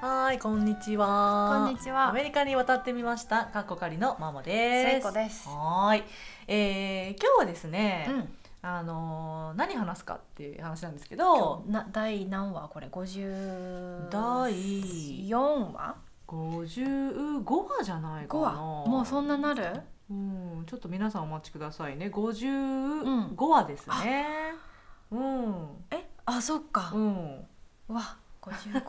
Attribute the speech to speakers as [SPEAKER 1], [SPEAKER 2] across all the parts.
[SPEAKER 1] はーい、こんにち
[SPEAKER 2] こ
[SPEAKER 1] は。
[SPEAKER 2] んにち
[SPEAKER 1] ア
[SPEAKER 2] は。
[SPEAKER 1] メリカに渡ってみました。かっこかりのママです。
[SPEAKER 2] 聖子です
[SPEAKER 1] はーい、えー、今日はですね、
[SPEAKER 2] うん。
[SPEAKER 1] あのー何話すかっていう話なんですけ
[SPEAKER 2] 今
[SPEAKER 1] ど、
[SPEAKER 2] 日な第何話これ五十
[SPEAKER 1] 第
[SPEAKER 2] 四話
[SPEAKER 1] 55話じゃないか
[SPEAKER 2] 五
[SPEAKER 1] な。
[SPEAKER 2] 話もうそんななる？
[SPEAKER 1] うん、ちょっと皆さんお待ちくださいね。55
[SPEAKER 2] ん
[SPEAKER 1] 話ですね。うん、
[SPEAKER 2] えあそっか。
[SPEAKER 1] うん、
[SPEAKER 2] うわ五十
[SPEAKER 1] は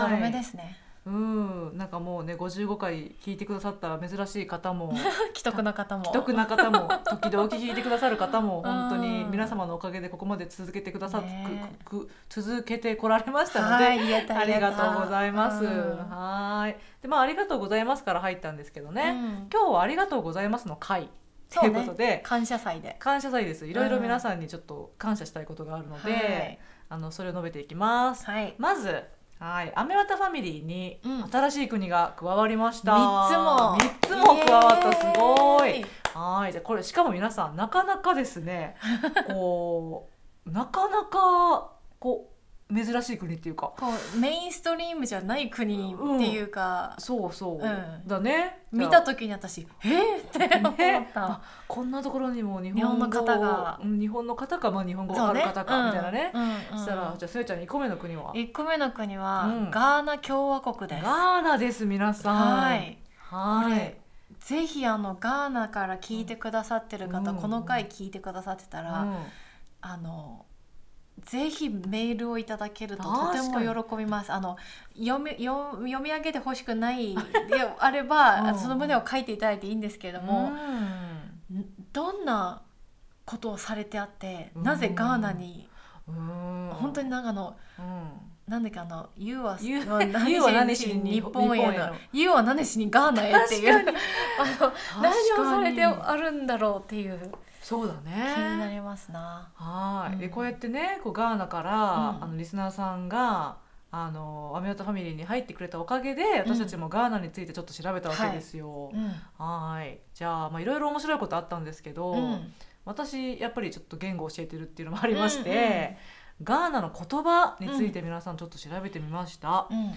[SPEAKER 1] ーい。
[SPEAKER 2] ゾロ目ですね。
[SPEAKER 1] うん、なんかもうね55回聞いてくださった珍しい方も
[SPEAKER 2] 既得な方も。
[SPEAKER 1] 既得な方 も時々聞いてくださる方も本当に
[SPEAKER 2] うん
[SPEAKER 1] 皆様のおかげでここまで続けてくださっ、
[SPEAKER 2] ね
[SPEAKER 1] くく続けてこられましたので、
[SPEAKER 2] はい言えた
[SPEAKER 1] ありがとうございます。
[SPEAKER 2] ね。
[SPEAKER 1] はーい。でまあありがとうございますから入ったんですけど
[SPEAKER 2] う
[SPEAKER 1] ね。
[SPEAKER 2] ん
[SPEAKER 1] 今日はありがとうございますの会と
[SPEAKER 2] そ
[SPEAKER 1] いううこ
[SPEAKER 2] ね
[SPEAKER 1] と。で。
[SPEAKER 2] 感謝祭で。
[SPEAKER 1] 感謝祭です。いろいろ皆さんにちょっと感謝したいことがあるので、
[SPEAKER 2] はい
[SPEAKER 1] あのそれを述べていきます。
[SPEAKER 2] はい。
[SPEAKER 1] まず、はい、アメワタファミリーに
[SPEAKER 2] うん
[SPEAKER 1] 新しい国が加わりました。
[SPEAKER 2] 三
[SPEAKER 1] 三
[SPEAKER 2] つ
[SPEAKER 1] つ
[SPEAKER 2] も。
[SPEAKER 1] も加わった、すご
[SPEAKER 2] イエ
[SPEAKER 1] い。はい、じゃあこれしかも皆さんなかなかです ね、こうなかなかこう珍しい国っていうか、
[SPEAKER 2] こうメインストリームじゃない国っていうか、
[SPEAKER 1] そうそう、
[SPEAKER 2] うん
[SPEAKER 1] だね。
[SPEAKER 2] 見た
[SPEAKER 1] と
[SPEAKER 2] 時に私「えっ!」って思っ
[SPEAKER 1] ね
[SPEAKER 2] た。
[SPEAKER 1] こんなところにも日本
[SPEAKER 2] 日本の方が
[SPEAKER 1] うん日本の方かまあ日本語
[SPEAKER 2] そ
[SPEAKER 1] わ
[SPEAKER 2] う
[SPEAKER 1] かる
[SPEAKER 2] ね
[SPEAKER 1] 方かみたいなね。。
[SPEAKER 2] うんうんうん
[SPEAKER 1] したらじゃあスエちゃん2個目の国は
[SPEAKER 2] 一個目の国は、
[SPEAKER 1] うん
[SPEAKER 2] ガーナ共和国です。
[SPEAKER 1] ガーナです皆さん。
[SPEAKER 2] はい。
[SPEAKER 1] は
[SPEAKER 2] こ
[SPEAKER 1] い
[SPEAKER 2] れ。ぜひあのガーナから聞いてくださってる方、
[SPEAKER 1] うん
[SPEAKER 2] この回聞いてくださってたら、
[SPEAKER 1] うん
[SPEAKER 2] あのぜひメールをいただけると
[SPEAKER 1] 確
[SPEAKER 2] と
[SPEAKER 1] か
[SPEAKER 2] て
[SPEAKER 1] に
[SPEAKER 2] も喜びます。あの読み読み読み上げてほしくないであれば、
[SPEAKER 1] うん
[SPEAKER 2] その旨を書いていただいていいんですけれども。
[SPEAKER 1] うん
[SPEAKER 2] どんなことをされてあって、
[SPEAKER 1] うん
[SPEAKER 2] なぜガーナに、
[SPEAKER 1] 本
[SPEAKER 2] 本当に、なんかあの
[SPEAKER 1] うん、
[SPEAKER 2] なんだっけあの「You は
[SPEAKER 1] You-
[SPEAKER 2] 何しに日本へ
[SPEAKER 1] 日本へ
[SPEAKER 2] の
[SPEAKER 1] の
[SPEAKER 2] 「You は何しにガーナへ」っていうあの何をされて
[SPEAKER 1] 確かに
[SPEAKER 2] あるんだろうっていう
[SPEAKER 1] そうだ
[SPEAKER 2] 気にな
[SPEAKER 1] ね
[SPEAKER 2] りますな。
[SPEAKER 1] はーい、で
[SPEAKER 2] うん
[SPEAKER 1] こうやってねこうガーナから、
[SPEAKER 2] うん
[SPEAKER 1] あのリスナーさんがあのアメオタファミリーに入ってくれたおかげで私たちもガーナについてちょっと調べたわけですよ。
[SPEAKER 2] うん
[SPEAKER 1] はーいじゃあまあいろいろ面白いことあったんですけど、
[SPEAKER 2] うん
[SPEAKER 1] 私やっぱりちょっと言語を教えてるっていうのもありまして、ガーナの言葉について皆さんちょっと調べてみました。
[SPEAKER 2] うん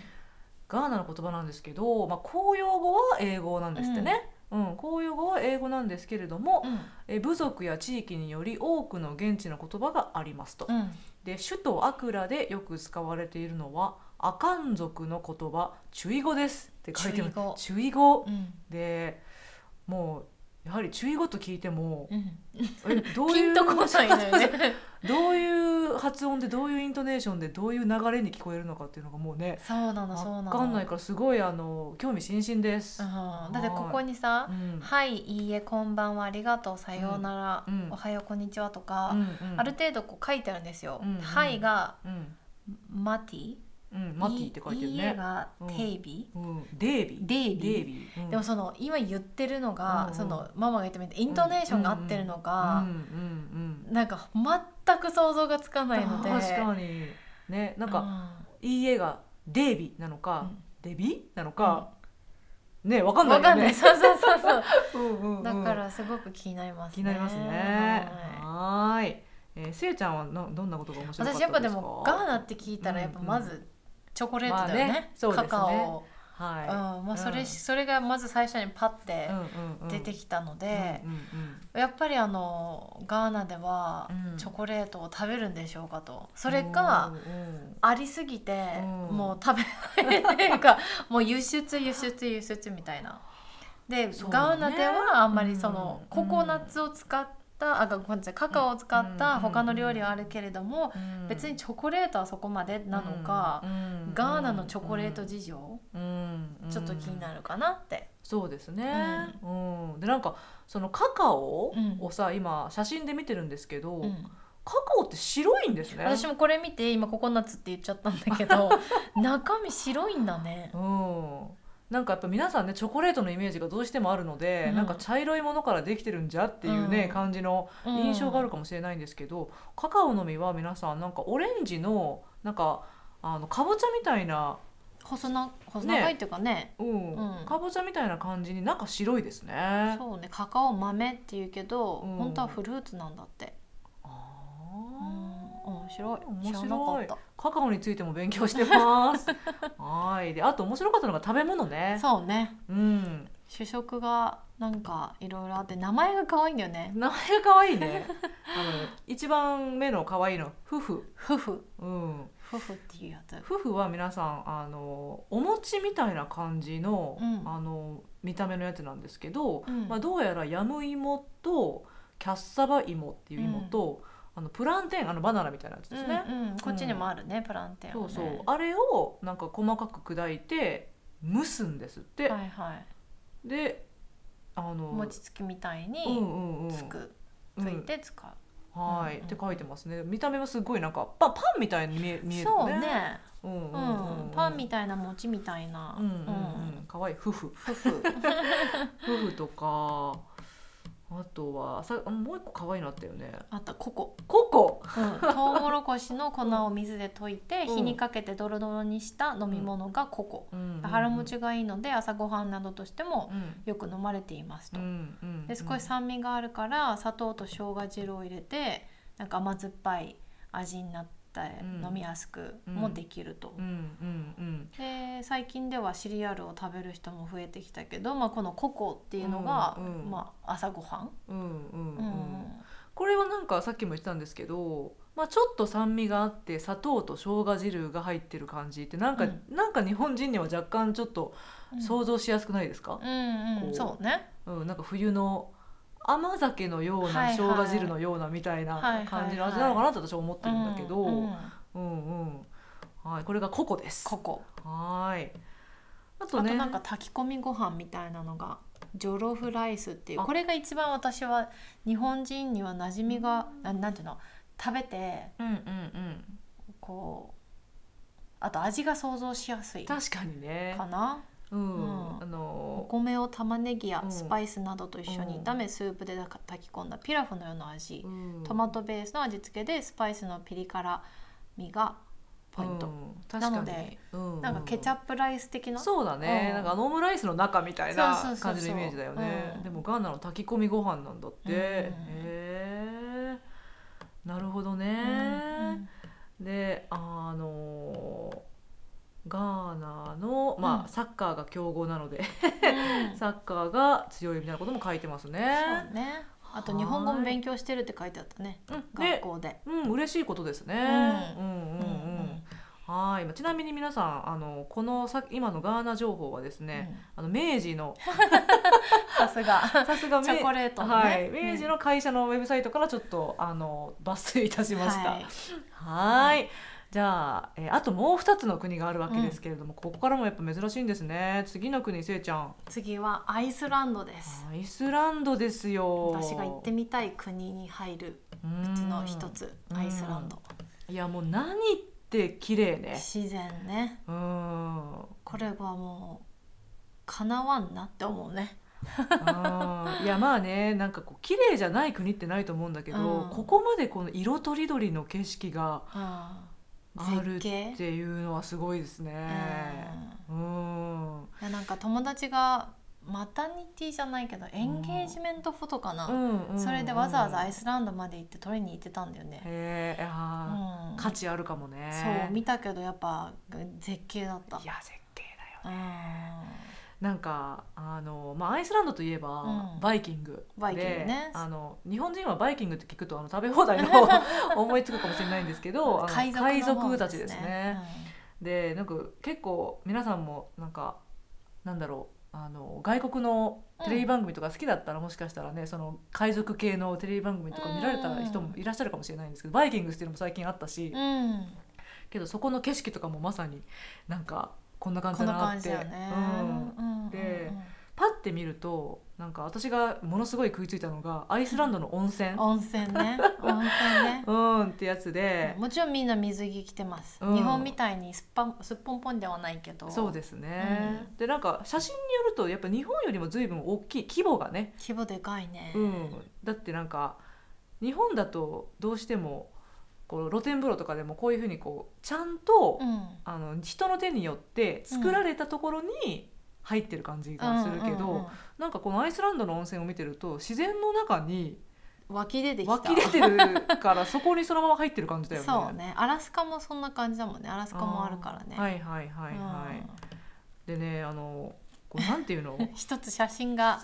[SPEAKER 1] ガーナの言葉なんですけど、まあ、公用語は英語なんですってね、うん公用語は英語なんですけれども、
[SPEAKER 2] うん
[SPEAKER 1] え部族や地域により多くの現地の言葉がありますと、
[SPEAKER 2] うん
[SPEAKER 1] で首都アクラでよく使われているのはアカン族の言葉チュイ語ですって書いてある
[SPEAKER 2] チュイ語
[SPEAKER 1] チュイ語
[SPEAKER 2] うん
[SPEAKER 1] でもうやはりチュイ語と聞いて も
[SPEAKER 2] うん
[SPEAKER 1] えどう
[SPEAKER 2] ピ
[SPEAKER 1] いう
[SPEAKER 2] ンとこないのよね。
[SPEAKER 1] どういう発音でどういうイントネーションでどういう流れに聞こえるのかっていうのがもうね
[SPEAKER 2] そうなのそうな
[SPEAKER 1] 分
[SPEAKER 2] の。
[SPEAKER 1] かんないからすごいあの興味津々です。
[SPEAKER 2] うんだってここにさ
[SPEAKER 1] う、ん
[SPEAKER 2] はい、いいえ、こんばんは、ありがとう、さようなら、
[SPEAKER 1] うんうん
[SPEAKER 2] おはよう、こんにちはとか、
[SPEAKER 1] うんうん
[SPEAKER 2] ある程度こう書いてあるんですよ。
[SPEAKER 1] うんうん
[SPEAKER 2] はいが
[SPEAKER 1] うん
[SPEAKER 2] マティ、
[SPEAKER 1] うん、マティって書いてる
[SPEAKER 2] いいえ
[SPEAKER 1] ね。
[SPEAKER 2] が
[SPEAKER 1] うん
[SPEAKER 2] テイビ、
[SPEAKER 1] うん、デイビー。
[SPEAKER 2] デイビ
[SPEAKER 1] デイビー。うん
[SPEAKER 2] でもその今言ってるの
[SPEAKER 1] うん
[SPEAKER 2] が、
[SPEAKER 1] うん
[SPEAKER 2] そのママが言ってみてイントネーションが合ってるの
[SPEAKER 1] うん
[SPEAKER 2] が、
[SPEAKER 1] うん
[SPEAKER 2] なんか全く想像がつか
[SPEAKER 1] う。
[SPEAKER 2] なんいので、
[SPEAKER 1] 確かに。ね、なん
[SPEAKER 2] う
[SPEAKER 1] か、いいえがデイビーなのか、
[SPEAKER 2] うん
[SPEAKER 1] デビなのか。ね、わかん
[SPEAKER 2] ん
[SPEAKER 1] な
[SPEAKER 2] わ
[SPEAKER 1] い
[SPEAKER 2] か
[SPEAKER 1] よ
[SPEAKER 2] んない、
[SPEAKER 1] ね。
[SPEAKER 2] そうそうそうそう。
[SPEAKER 1] うんうんうん
[SPEAKER 2] だか。らすごく気になりますね。
[SPEAKER 1] 気になりますね。
[SPEAKER 2] はい
[SPEAKER 1] はーい。えー、せいちゃんはなどんなことが面白かったで
[SPEAKER 2] 私
[SPEAKER 1] す
[SPEAKER 2] やっ
[SPEAKER 1] か。
[SPEAKER 2] ぱでもガーナって聞いたらやっぱま
[SPEAKER 1] うん
[SPEAKER 2] ずチョコレートだ
[SPEAKER 1] ま
[SPEAKER 2] よ
[SPEAKER 1] あ
[SPEAKER 2] ね
[SPEAKER 1] ね,、そうですね
[SPEAKER 2] カカオ、うん
[SPEAKER 1] は
[SPEAKER 2] まあ、それ
[SPEAKER 1] うん
[SPEAKER 2] それがまず最初にパッ
[SPEAKER 1] い。
[SPEAKER 2] て
[SPEAKER 1] うんうんうん
[SPEAKER 2] 出てきたので、
[SPEAKER 1] うんうん
[SPEAKER 2] やっぱりあのガーナでは
[SPEAKER 1] うん
[SPEAKER 2] チョコレートを食べるんでしょうかと
[SPEAKER 1] そ
[SPEAKER 2] それか、ありすぎて
[SPEAKER 1] うん
[SPEAKER 2] もう食べないってい うかもう輸出輸出輸出みたいな。で、
[SPEAKER 1] そうだね
[SPEAKER 2] ガーナではあんまりその
[SPEAKER 1] うん
[SPEAKER 2] ココナッツを使ったあごめんなさいカカオを使った他の料理はあるけれども
[SPEAKER 1] うん
[SPEAKER 2] 別にチョコレートはそこまでなのか
[SPEAKER 1] う、ん
[SPEAKER 2] ガーナのチョコレート事情、
[SPEAKER 1] うん
[SPEAKER 2] ちょっと気にな
[SPEAKER 1] る
[SPEAKER 2] るかなって。
[SPEAKER 1] そうですね、うんでなんかそのカカオ
[SPEAKER 2] うん
[SPEAKER 1] をさ、今写真で見てるんですけど、
[SPEAKER 2] うん
[SPEAKER 1] カカオって白いんですね
[SPEAKER 2] 私
[SPEAKER 1] も、
[SPEAKER 2] もこれ見て今ココナッツって言っちゃったんだ けど中身白いんだね。
[SPEAKER 1] うん、なんかやっぱ皆さんねチョコレートのイメージがどうしてもあるので、
[SPEAKER 2] うん
[SPEAKER 1] なんか茶色いものからできてるんじゃっていうね、
[SPEAKER 2] うん
[SPEAKER 1] 感じの
[SPEAKER 2] うん
[SPEAKER 1] 印象があるかもしれないんですけど、カカオの実は皆さんなんかオレンジのなんかあのかぼちゃみたいな、
[SPEAKER 2] 細な細長いっていうかね
[SPEAKER 1] うん
[SPEAKER 2] うん
[SPEAKER 1] かぼちゃみたいな感じになんか白いですね。
[SPEAKER 2] そうねカカオ豆っていうけど、
[SPEAKER 1] うん
[SPEAKER 2] 本当はフルーツなんだって、
[SPEAKER 1] あ
[SPEAKER 2] うん
[SPEAKER 1] ー
[SPEAKER 2] うん、白い
[SPEAKER 1] 面白い
[SPEAKER 2] 知らなかった
[SPEAKER 1] カカオについても勉強して ます。はい。で、あと面白かったのが食べ物ね。
[SPEAKER 2] そうね
[SPEAKER 1] うん。
[SPEAKER 2] 主食がなんかいろいろあって名前が可愛いんだよね
[SPEAKER 1] 名前が可愛い ね。あの一番目の可愛いの夫婦。
[SPEAKER 2] 夫婦
[SPEAKER 1] うん。
[SPEAKER 2] 夫婦っていうやつ
[SPEAKER 1] 夫婦は皆さんあのお餅みたいな感じの、
[SPEAKER 2] うん
[SPEAKER 1] あの見た目のやつなんですけど、
[SPEAKER 2] うん
[SPEAKER 1] まあどうやらヤム芋とキャッサバ芋っていう芋と、あのプランテンあのバナナみたいなやつですね。
[SPEAKER 2] うんうんこっちにもあるね、プランテンは
[SPEAKER 1] そ
[SPEAKER 2] ね
[SPEAKER 1] うそう、あれをなんか細かく砕いて蒸すんですって、
[SPEAKER 2] はいはい
[SPEAKER 1] であの
[SPEAKER 2] 餅つきみたい
[SPEAKER 1] うん
[SPEAKER 2] に
[SPEAKER 1] うんうん
[SPEAKER 2] つく、
[SPEAKER 1] うん
[SPEAKER 2] ついて使う、
[SPEAKER 1] はい、
[SPEAKER 2] うんうん
[SPEAKER 1] って書いてますね見た目はすごいなんかパンパンみたいに見え見える
[SPEAKER 2] そう
[SPEAKER 1] ね
[SPEAKER 2] ね、
[SPEAKER 1] うんうん
[SPEAKER 2] う
[SPEAKER 1] うん
[SPEAKER 2] んパンみたいな餅みたいな、
[SPEAKER 1] うんうんうん可愛い夫婦
[SPEAKER 2] 夫婦
[SPEAKER 1] 夫婦とかあとはさもう一個可愛いのあったよね
[SPEAKER 2] あとココ、
[SPEAKER 1] ココ
[SPEAKER 2] うん、トウモロコシの粉を水で溶いて、
[SPEAKER 1] うん
[SPEAKER 2] 火にかけてドロドロにした飲み物がココ、
[SPEAKER 1] うん
[SPEAKER 2] 腹持ちがいいので朝ごはんなどとしても
[SPEAKER 1] うん
[SPEAKER 2] よく飲まれています
[SPEAKER 1] う
[SPEAKER 2] と、
[SPEAKER 1] んうん
[SPEAKER 2] で少し酸味があるから砂糖と生姜汁を入れてなんか甘酸っぱい味になって
[SPEAKER 1] うん
[SPEAKER 2] 飲みやすくもできると、
[SPEAKER 1] うんうんうん
[SPEAKER 2] で最近ではシリアルを食べる人も増えてきたけど、まあ、このココっていうのが、
[SPEAKER 1] うんうん
[SPEAKER 2] まあ、朝ごはん、
[SPEAKER 1] うんうんう
[SPEAKER 2] う
[SPEAKER 1] んんこれはなんかさっきも言ってたんですけど、まあ、ちょっと酸味があって砂糖と生姜汁が入ってる感じってなんか、
[SPEAKER 2] うん
[SPEAKER 1] なんか日本人には若干ちょっと
[SPEAKER 2] うん、
[SPEAKER 1] 想像しやすくないですか
[SPEAKER 2] う、んう
[SPEAKER 1] こ
[SPEAKER 2] ん
[SPEAKER 1] う
[SPEAKER 2] そうね
[SPEAKER 1] うんなんか冬の甘酒のよう
[SPEAKER 2] はいは
[SPEAKER 1] ない生姜汁のようなみたい
[SPEAKER 2] はいはいは
[SPEAKER 1] ない感じの味なのかなと私は思ってるんだけど、う
[SPEAKER 2] う
[SPEAKER 1] うん
[SPEAKER 2] んうんん
[SPEAKER 1] はい、これがココです。
[SPEAKER 2] ココ
[SPEAKER 1] はいあと
[SPEAKER 2] あと
[SPEAKER 1] ね
[SPEAKER 2] なんか炊き込みご飯みたいなのがジョロフライスっていう
[SPEAKER 1] あ
[SPEAKER 2] これが一番私は日本人には馴染みがななんていうの食べて
[SPEAKER 1] うんうんうん、
[SPEAKER 2] こうあと味が想像しやすいか
[SPEAKER 1] 確かにね、
[SPEAKER 2] な
[SPEAKER 1] うん
[SPEAKER 2] うん
[SPEAKER 1] あ
[SPEAKER 2] お
[SPEAKER 1] の
[SPEAKER 2] 米を玉ねぎや
[SPEAKER 1] うん
[SPEAKER 2] スパイスなどと一緒に炒め、
[SPEAKER 1] う
[SPEAKER 2] スープで炊き込んだピラフのような味、
[SPEAKER 1] うん
[SPEAKER 2] トマトベースの味付けでスパイスのピリ辛味がポイント、
[SPEAKER 1] うん確かに
[SPEAKER 2] なので
[SPEAKER 1] うん
[SPEAKER 2] なんかケチャップライス的な
[SPEAKER 1] そうだね、
[SPEAKER 2] うん
[SPEAKER 1] なんかあのオムライスの中みたい
[SPEAKER 2] そうそ
[SPEAKER 1] な
[SPEAKER 2] うそうそう
[SPEAKER 1] 感じのイメージだよね、
[SPEAKER 2] うん
[SPEAKER 1] でもガーナの炊き込みご飯なんだって、
[SPEAKER 2] うん
[SPEAKER 1] へえなるほどね、
[SPEAKER 2] うん
[SPEAKER 1] であのガーナの、まあ
[SPEAKER 2] うん
[SPEAKER 1] サッカーが強豪なので
[SPEAKER 2] うん
[SPEAKER 1] サッカーが強いみたいなことも書いてますね
[SPEAKER 2] そう。ね。あと日本語も勉強してるって書いてあったね。
[SPEAKER 1] うん、
[SPEAKER 2] 学
[SPEAKER 1] で、
[SPEAKER 2] 校で。
[SPEAKER 1] うん、嬉しいことですね。
[SPEAKER 2] う
[SPEAKER 1] うん
[SPEAKER 2] う
[SPEAKER 1] うんうんはい、まあちなみに皆さん、あの、このさ、今のガーナ情報はですね。あの、明治 の、
[SPEAKER 2] さすが。
[SPEAKER 1] さすが明
[SPEAKER 2] チョコレートのね
[SPEAKER 1] はい、
[SPEAKER 2] うん
[SPEAKER 1] 明治の会社のウェブサイトからちょっと、あの抜粋いたしました。は
[SPEAKER 2] はいい。
[SPEAKER 1] じゃあ、えーあともう二つの国があるわけですけれども、ここからもやっぱ珍しいんですね。次の国、せいちゃん。
[SPEAKER 2] 次はアイスランドです。
[SPEAKER 1] アイスランドですよ。
[SPEAKER 2] 私が行ってみたい国に入る
[SPEAKER 1] うん
[SPEAKER 2] うちの一。つ
[SPEAKER 1] うん
[SPEAKER 2] アイスランド。
[SPEAKER 1] いや、もう何って綺麗ね。
[SPEAKER 2] 自然ね。
[SPEAKER 1] うん。
[SPEAKER 2] これはもう叶わんなって思うね。
[SPEAKER 1] あーいやまあねなんかこう綺麗じゃない国ってないと思うんだけど、
[SPEAKER 2] うん
[SPEAKER 1] ここまでこの色とりどりの景色がある
[SPEAKER 2] 絶
[SPEAKER 1] っ
[SPEAKER 2] 景。
[SPEAKER 1] ていうのはすごいです
[SPEAKER 2] うん
[SPEAKER 1] ね。うん、うん
[SPEAKER 2] いやなんか友達がマタニティじゃないけどエンゲージメントフォトかな。
[SPEAKER 1] うん
[SPEAKER 2] それでわざわざアイ
[SPEAKER 1] ス
[SPEAKER 2] スランドまで行って撮りに行ってたんだよね。
[SPEAKER 1] へえあ
[SPEAKER 2] う
[SPEAKER 1] ー
[SPEAKER 2] ん
[SPEAKER 1] 価値あるかもね。
[SPEAKER 2] そう見たけどやっぱ絶景だった
[SPEAKER 1] い。や絶景だよ。
[SPEAKER 2] うん
[SPEAKER 1] なんかあのまあアイスランドといえば、
[SPEAKER 2] うん
[SPEAKER 1] バイキングで
[SPEAKER 2] バイキングね
[SPEAKER 1] あの日本人はバイキングって聞くとあの食べ放題 の思いつくかもしれないんですけど、あの
[SPEAKER 2] 海
[SPEAKER 1] 海
[SPEAKER 2] 賊の方
[SPEAKER 1] 賊たちですね。。でなんか結構皆さんもなんかなんだろうあの外国のテレビ番組とか好きだったら、もしかしたらねその海賊系のテレビ番組とか見られた人もいらっしゃるかもしれないんですけど「バイキングス」っていうのも最近あったし、
[SPEAKER 2] うんうん
[SPEAKER 1] けどそこの景色とかもまさになんかこんな感じ
[SPEAKER 2] こん
[SPEAKER 1] だ
[SPEAKER 2] な
[SPEAKER 1] なっ
[SPEAKER 2] 感じ
[SPEAKER 1] て、
[SPEAKER 2] だよね。
[SPEAKER 1] うん、
[SPEAKER 2] うんうんうん
[SPEAKER 1] でパッて見るとなんか私がものすごい食いついたのがアイスランドの温泉
[SPEAKER 2] 温 泉ね。温泉
[SPEAKER 1] うんってやつで
[SPEAKER 2] ね。。もちろんみんな水着着てます。
[SPEAKER 1] うん
[SPEAKER 2] 日本みたいにすっぱすっぽんぽんではないけど。
[SPEAKER 1] そう
[SPEAKER 2] す。
[SPEAKER 1] ですね、でなんか写真によるとやっぱ日本よりも随分大きい規模がね
[SPEAKER 2] 規模でかいね。
[SPEAKER 1] うん、だってなんか日本だとどうしてもこう露天風呂とかでもこういうふうにこうちゃんと、
[SPEAKER 2] うん。
[SPEAKER 1] あの人の手によって作られたところに入ってる感じがするけど、
[SPEAKER 2] うんうんうん
[SPEAKER 1] なんかこのアイスランドの温泉を見てると自然の中に
[SPEAKER 2] 湧き出てきた
[SPEAKER 1] 湧き出てる からそこにそのまま入ってる感じだよね。
[SPEAKER 2] そうねアラスカもそんな感じだもんねアラスカもあるからね
[SPEAKER 1] はいはいはいはい。でねあのこうなんていう の
[SPEAKER 2] うん一つ写 真が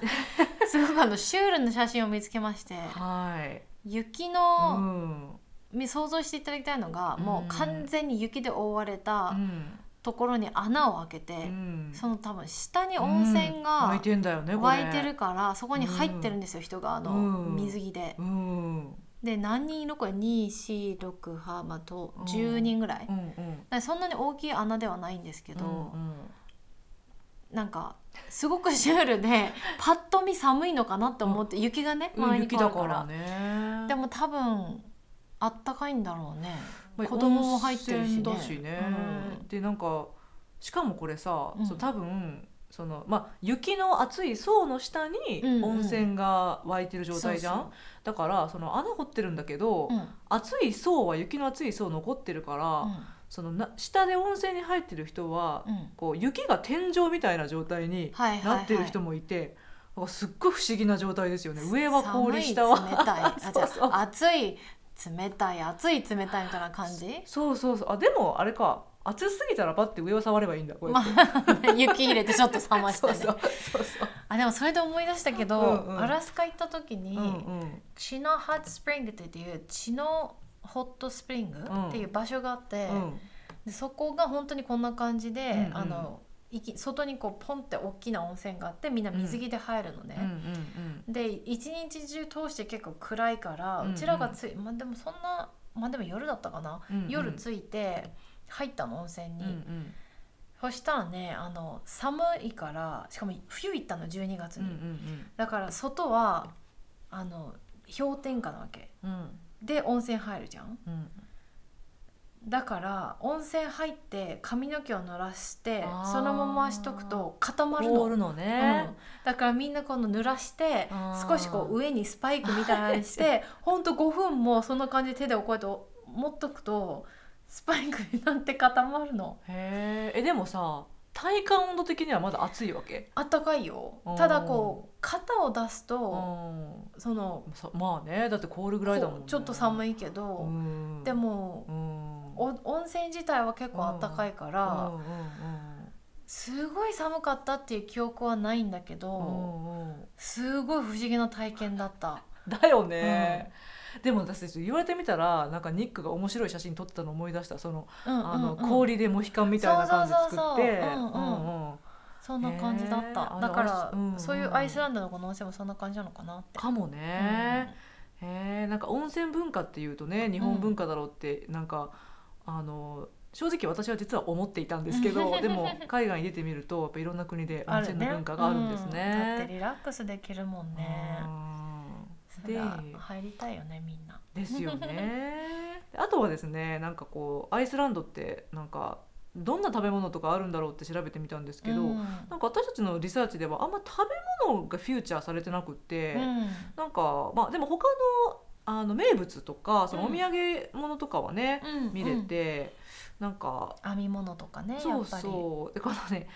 [SPEAKER 2] すごくあのシュールな写真を見つけまして
[SPEAKER 1] はい。
[SPEAKER 2] 雪
[SPEAKER 1] う
[SPEAKER 2] の、
[SPEAKER 1] ん。
[SPEAKER 2] み想像していただきたいのが、もう完全に雪で覆われ
[SPEAKER 1] う
[SPEAKER 2] た
[SPEAKER 1] ん。
[SPEAKER 2] ところに穴を開けて、
[SPEAKER 1] うん
[SPEAKER 2] その多分下に温泉が
[SPEAKER 1] 湧いてんだよねこれ。
[SPEAKER 2] 湧いてる。からそこに入ってるんですよ、人があの、
[SPEAKER 1] うん
[SPEAKER 2] 水着で。
[SPEAKER 1] うん。うん
[SPEAKER 2] で何人いるこれ246はまあと
[SPEAKER 1] うん
[SPEAKER 2] 10人ぐらい、だ
[SPEAKER 1] う
[SPEAKER 2] か
[SPEAKER 1] ん。
[SPEAKER 2] らそんなに大きい穴ではないんですけ
[SPEAKER 1] う
[SPEAKER 2] ど、
[SPEAKER 1] んうん。
[SPEAKER 2] なんかすごくシュールで パッと見寒いのかなって思って、雪がね
[SPEAKER 1] うん
[SPEAKER 2] 前に
[SPEAKER 1] 雪
[SPEAKER 2] 来る
[SPEAKER 1] だ
[SPEAKER 2] か
[SPEAKER 1] かららね。
[SPEAKER 2] でも多分あったかいんだろうね。
[SPEAKER 1] まあ
[SPEAKER 2] 子供も入ってるしね
[SPEAKER 1] 温泉だしね
[SPEAKER 2] うん
[SPEAKER 1] でなんかしかもこれさ、
[SPEAKER 2] うん
[SPEAKER 1] そう多分そのまあ雪の厚い層の下に
[SPEAKER 2] うんうん
[SPEAKER 1] 温泉が湧いてる状態じゃん、
[SPEAKER 2] そうそう
[SPEAKER 1] だからその穴掘ってるんだけど、
[SPEAKER 2] うん
[SPEAKER 1] 厚い層は雪の厚い層残ってるから、そのな下で温泉に入ってる人は、
[SPEAKER 2] うんうん
[SPEAKER 1] こう雪が天井みたいな状態に
[SPEAKER 2] はいはいはい、
[SPEAKER 1] なってる人もいて、なんかすっごい不思議な状態ですよね上は氷下は
[SPEAKER 2] 寒い 冷たいあ
[SPEAKER 1] そうそう
[SPEAKER 2] じゃあ暑い冷たい暑い冷たいみたいな感じ
[SPEAKER 1] そうそうそうあでもあれか暑すぎたらパッて上を触ればいいんだこうやって、
[SPEAKER 2] 雪入れてちょっと冷ましてね
[SPEAKER 1] そうそうそうそう
[SPEAKER 2] あでもそれで思い出したけど、
[SPEAKER 1] うんうん
[SPEAKER 2] アラスカ行った時に、
[SPEAKER 1] うんうん
[SPEAKER 2] チノハットスプリングっていうチノホットスプリング
[SPEAKER 1] ん
[SPEAKER 2] っていう場所があって、
[SPEAKER 1] うん
[SPEAKER 2] でそこが本当にこんな感じで、
[SPEAKER 1] うんうん
[SPEAKER 2] あのいき外にこうポンって大きな温泉があってみんな水着で入るのね。
[SPEAKER 1] うんうん
[SPEAKER 2] で一日中通して結構暗いか
[SPEAKER 1] う
[SPEAKER 2] ら、うん
[SPEAKER 1] うん
[SPEAKER 2] ちらがついまあでもそんなまあでも夜だったかな、
[SPEAKER 1] うんうん
[SPEAKER 2] 夜着いて入ったの温泉に、
[SPEAKER 1] うんうん
[SPEAKER 2] そしたらねあの寒いからしかも冬行ったの12月
[SPEAKER 1] うん
[SPEAKER 2] に、
[SPEAKER 1] うん
[SPEAKER 2] だから外はあの氷点下なわけ
[SPEAKER 1] うんうん
[SPEAKER 2] で温泉入るじゃん
[SPEAKER 1] うん
[SPEAKER 2] だから温泉入って髪の毛を濡らして
[SPEAKER 1] あー
[SPEAKER 2] そのまましとくと固まるの
[SPEAKER 1] 凍るの
[SPEAKER 2] う
[SPEAKER 1] ね
[SPEAKER 2] ん、だからみんなこの濡らして
[SPEAKER 1] あー
[SPEAKER 2] 少しこう上にスパイクみたいなのにして ほんと5分もそんな感じで手でこうやって持っとくとスパイクになって固まるの
[SPEAKER 1] へーえでもさ体感温度的にはまだ暑いわけ
[SPEAKER 2] あったかいよ
[SPEAKER 1] あー
[SPEAKER 2] ただこう肩を出す
[SPEAKER 1] う
[SPEAKER 2] と
[SPEAKER 1] ん
[SPEAKER 2] その
[SPEAKER 1] さまあねだって凍るぐらいだもん、
[SPEAKER 2] こ
[SPEAKER 1] ね、
[SPEAKER 2] うちょっと寒
[SPEAKER 1] い、
[SPEAKER 2] いけ
[SPEAKER 1] う
[SPEAKER 2] ど、
[SPEAKER 1] ん、
[SPEAKER 2] でも
[SPEAKER 1] うん、
[SPEAKER 2] お温泉自体は結構あったかいから、
[SPEAKER 1] うん
[SPEAKER 2] すごい寒かったっていう記憶はないんだけ
[SPEAKER 1] う
[SPEAKER 2] ど、
[SPEAKER 1] んうんうん
[SPEAKER 2] すごい不思議な体験だった。
[SPEAKER 1] だよね、でも私言われてみたらなんかニックが面白い写真撮ってたの思い出したその
[SPEAKER 2] うんうんうん
[SPEAKER 1] あの氷でモヒカンみたいな感じで作って
[SPEAKER 2] そうそうそうそううん
[SPEAKER 1] うんうん
[SPEAKER 2] そんな感じだ
[SPEAKER 1] へ
[SPEAKER 2] っ
[SPEAKER 1] ー
[SPEAKER 2] た。
[SPEAKER 1] あ
[SPEAKER 2] だから、
[SPEAKER 1] アイスうんうん
[SPEAKER 2] そういうアイスランドのこの温泉もそんな感じなのかなって。
[SPEAKER 1] かもね、へえなんか温泉文化っていうとね日本文化だろうってなんか、あの正直私は実は思っていたんですけどでも海外に出てみるとやっぱいろんな国で温泉の文化があるんです
[SPEAKER 2] うんだって
[SPEAKER 1] ね。
[SPEAKER 2] リラックスできるもんね。そりゃ
[SPEAKER 1] で
[SPEAKER 2] 入りたいよねみんな。
[SPEAKER 1] ですよね。あとはですね、なんかこうアイスランドってなんかどんな食べ物とかあるんだろうって調べてみたんですけど、
[SPEAKER 2] うん
[SPEAKER 1] なんか私たちのリサーチではあんま食べ物がフューチャーされてなくて、
[SPEAKER 2] うん
[SPEAKER 1] なんかまあでも他のあの名物とかそのお土産物とかはね、
[SPEAKER 2] うん
[SPEAKER 1] 見れて、なんか。
[SPEAKER 2] うん編み物とかねや
[SPEAKER 1] そう
[SPEAKER 2] っぱり。
[SPEAKER 1] そうでこのね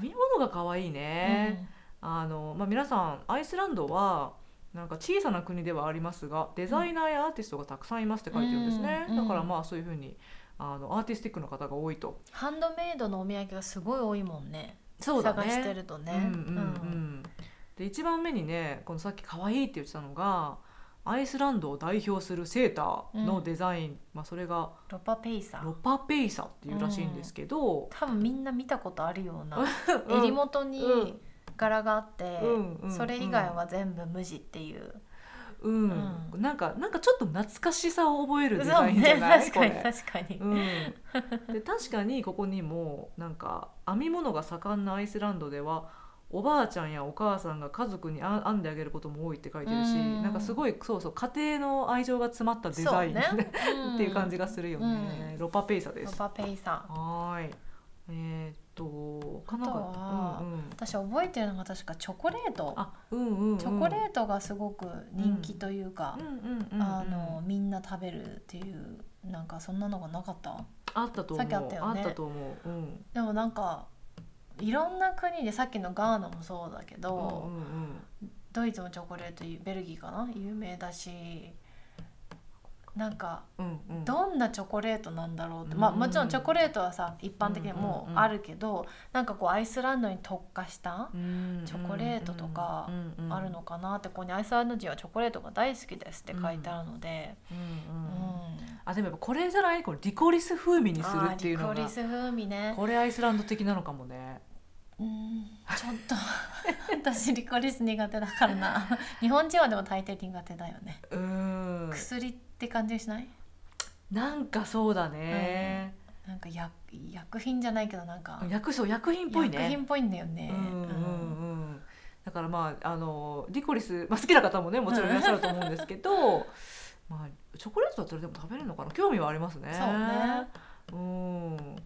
[SPEAKER 1] 編み物が可愛いね、あのまあ、皆さんアイスランドはなんか小さな国ではありますがデザイナーやアーティストがたくさんいますって書いてるんですね、
[SPEAKER 2] うんう
[SPEAKER 1] だ
[SPEAKER 2] ん
[SPEAKER 1] からまあそういうふうにあのアーティスティックな方が多いと
[SPEAKER 2] うんハンドメイドのお土産がすごい多いもんね。
[SPEAKER 1] そうだね
[SPEAKER 2] 探してるとね。
[SPEAKER 1] うんうんうんで一番目にねこのさっき可愛いって言ってたのがアイスランドを代表するセーターのデザイン、まあ、それが
[SPEAKER 2] ロパペイさ
[SPEAKER 1] ロ
[SPEAKER 2] ん。
[SPEAKER 1] パペイサっていうらしいんですけど、
[SPEAKER 2] 多分みんな見たことあるような。
[SPEAKER 1] うん
[SPEAKER 2] 襟元に
[SPEAKER 1] うん
[SPEAKER 2] 柄があって、
[SPEAKER 1] うんうん
[SPEAKER 2] それ以外は全部無地っていう。
[SPEAKER 1] うん
[SPEAKER 2] う
[SPEAKER 1] なんかなんかちょっと懐かしさを覚えるデ
[SPEAKER 2] そう
[SPEAKER 1] ザインじゃ
[SPEAKER 2] ね、
[SPEAKER 1] ない、
[SPEAKER 2] 確
[SPEAKER 1] こ
[SPEAKER 2] か
[SPEAKER 1] れ
[SPEAKER 2] に確かに。
[SPEAKER 1] うん、で確かにここにもなんか編み物が盛んなアイスランドではおばあちゃんやお母さんが家族にあ編んであげることも多いって書いてるし
[SPEAKER 2] うん
[SPEAKER 1] なんかすごいそうそう家庭の愛情が詰まったデザイン、
[SPEAKER 2] そう ね
[SPEAKER 1] っていう感じがするよね、ロパペイサ
[SPEAKER 2] う
[SPEAKER 1] で
[SPEAKER 2] んロ
[SPEAKER 1] す
[SPEAKER 2] パペイさん。
[SPEAKER 1] はーいえーっとかな
[SPEAKER 2] あと
[SPEAKER 1] か
[SPEAKER 2] は私覚えてるのが確かチョコレー
[SPEAKER 1] うんう
[SPEAKER 2] ト。
[SPEAKER 1] んあうんうんうん
[SPEAKER 2] チョコレートがすごく人気というか
[SPEAKER 1] うん、うんうんうん
[SPEAKER 2] あのみんな食べるっていうなんかそんなのがなかった。
[SPEAKER 1] あったと思
[SPEAKER 2] さ
[SPEAKER 1] う
[SPEAKER 2] っきあったよね
[SPEAKER 1] あったと思ううん
[SPEAKER 2] でもなんかいろんな国でさっきのガーナもそうだけど、
[SPEAKER 1] うんうんうん
[SPEAKER 2] ドイツのチョコレートベルギーかな有名だしなんか
[SPEAKER 1] うんうん、
[SPEAKER 2] どんなチョコレートなんだろうって、
[SPEAKER 1] うん
[SPEAKER 2] まあもちろんチョコレートはさ一般的にも
[SPEAKER 1] うんうんう
[SPEAKER 2] う
[SPEAKER 1] ん
[SPEAKER 2] あるけど、なんかこうアイスランドに特化した
[SPEAKER 1] うん
[SPEAKER 2] チョコレートとか
[SPEAKER 1] うんうん
[SPEAKER 2] あるのかなって、ここに「アイスランド人はチョコレートが大好きです」って書いてあるので、
[SPEAKER 1] うん
[SPEAKER 2] う
[SPEAKER 1] うん
[SPEAKER 2] ん
[SPEAKER 1] あでもやっぱこれじゃないこれリコリス風味にする
[SPEAKER 2] あー
[SPEAKER 1] っていうの
[SPEAKER 2] リコ
[SPEAKER 1] が
[SPEAKER 2] リス風味ね
[SPEAKER 1] これアイスランド的なのかもね
[SPEAKER 2] うんちょっと私リコリス苦手だからな 日本人はでも大抵苦手だよね、
[SPEAKER 1] うん
[SPEAKER 2] 薬って感じしない
[SPEAKER 1] なんかそうだね、
[SPEAKER 2] なんか薬薬品じゃないけどなんか
[SPEAKER 1] 薬草薬品っぽいね
[SPEAKER 2] 薬品っぽいんだよね、
[SPEAKER 1] うんうん
[SPEAKER 2] うん
[SPEAKER 1] うんだからまああのリコリス、まあ、好きな方もねもちろんいらっしゃると思うんですけ ど、まあ、チョコレートだったらでも食べれるのかな興味はありますね。
[SPEAKER 2] そうね
[SPEAKER 1] うん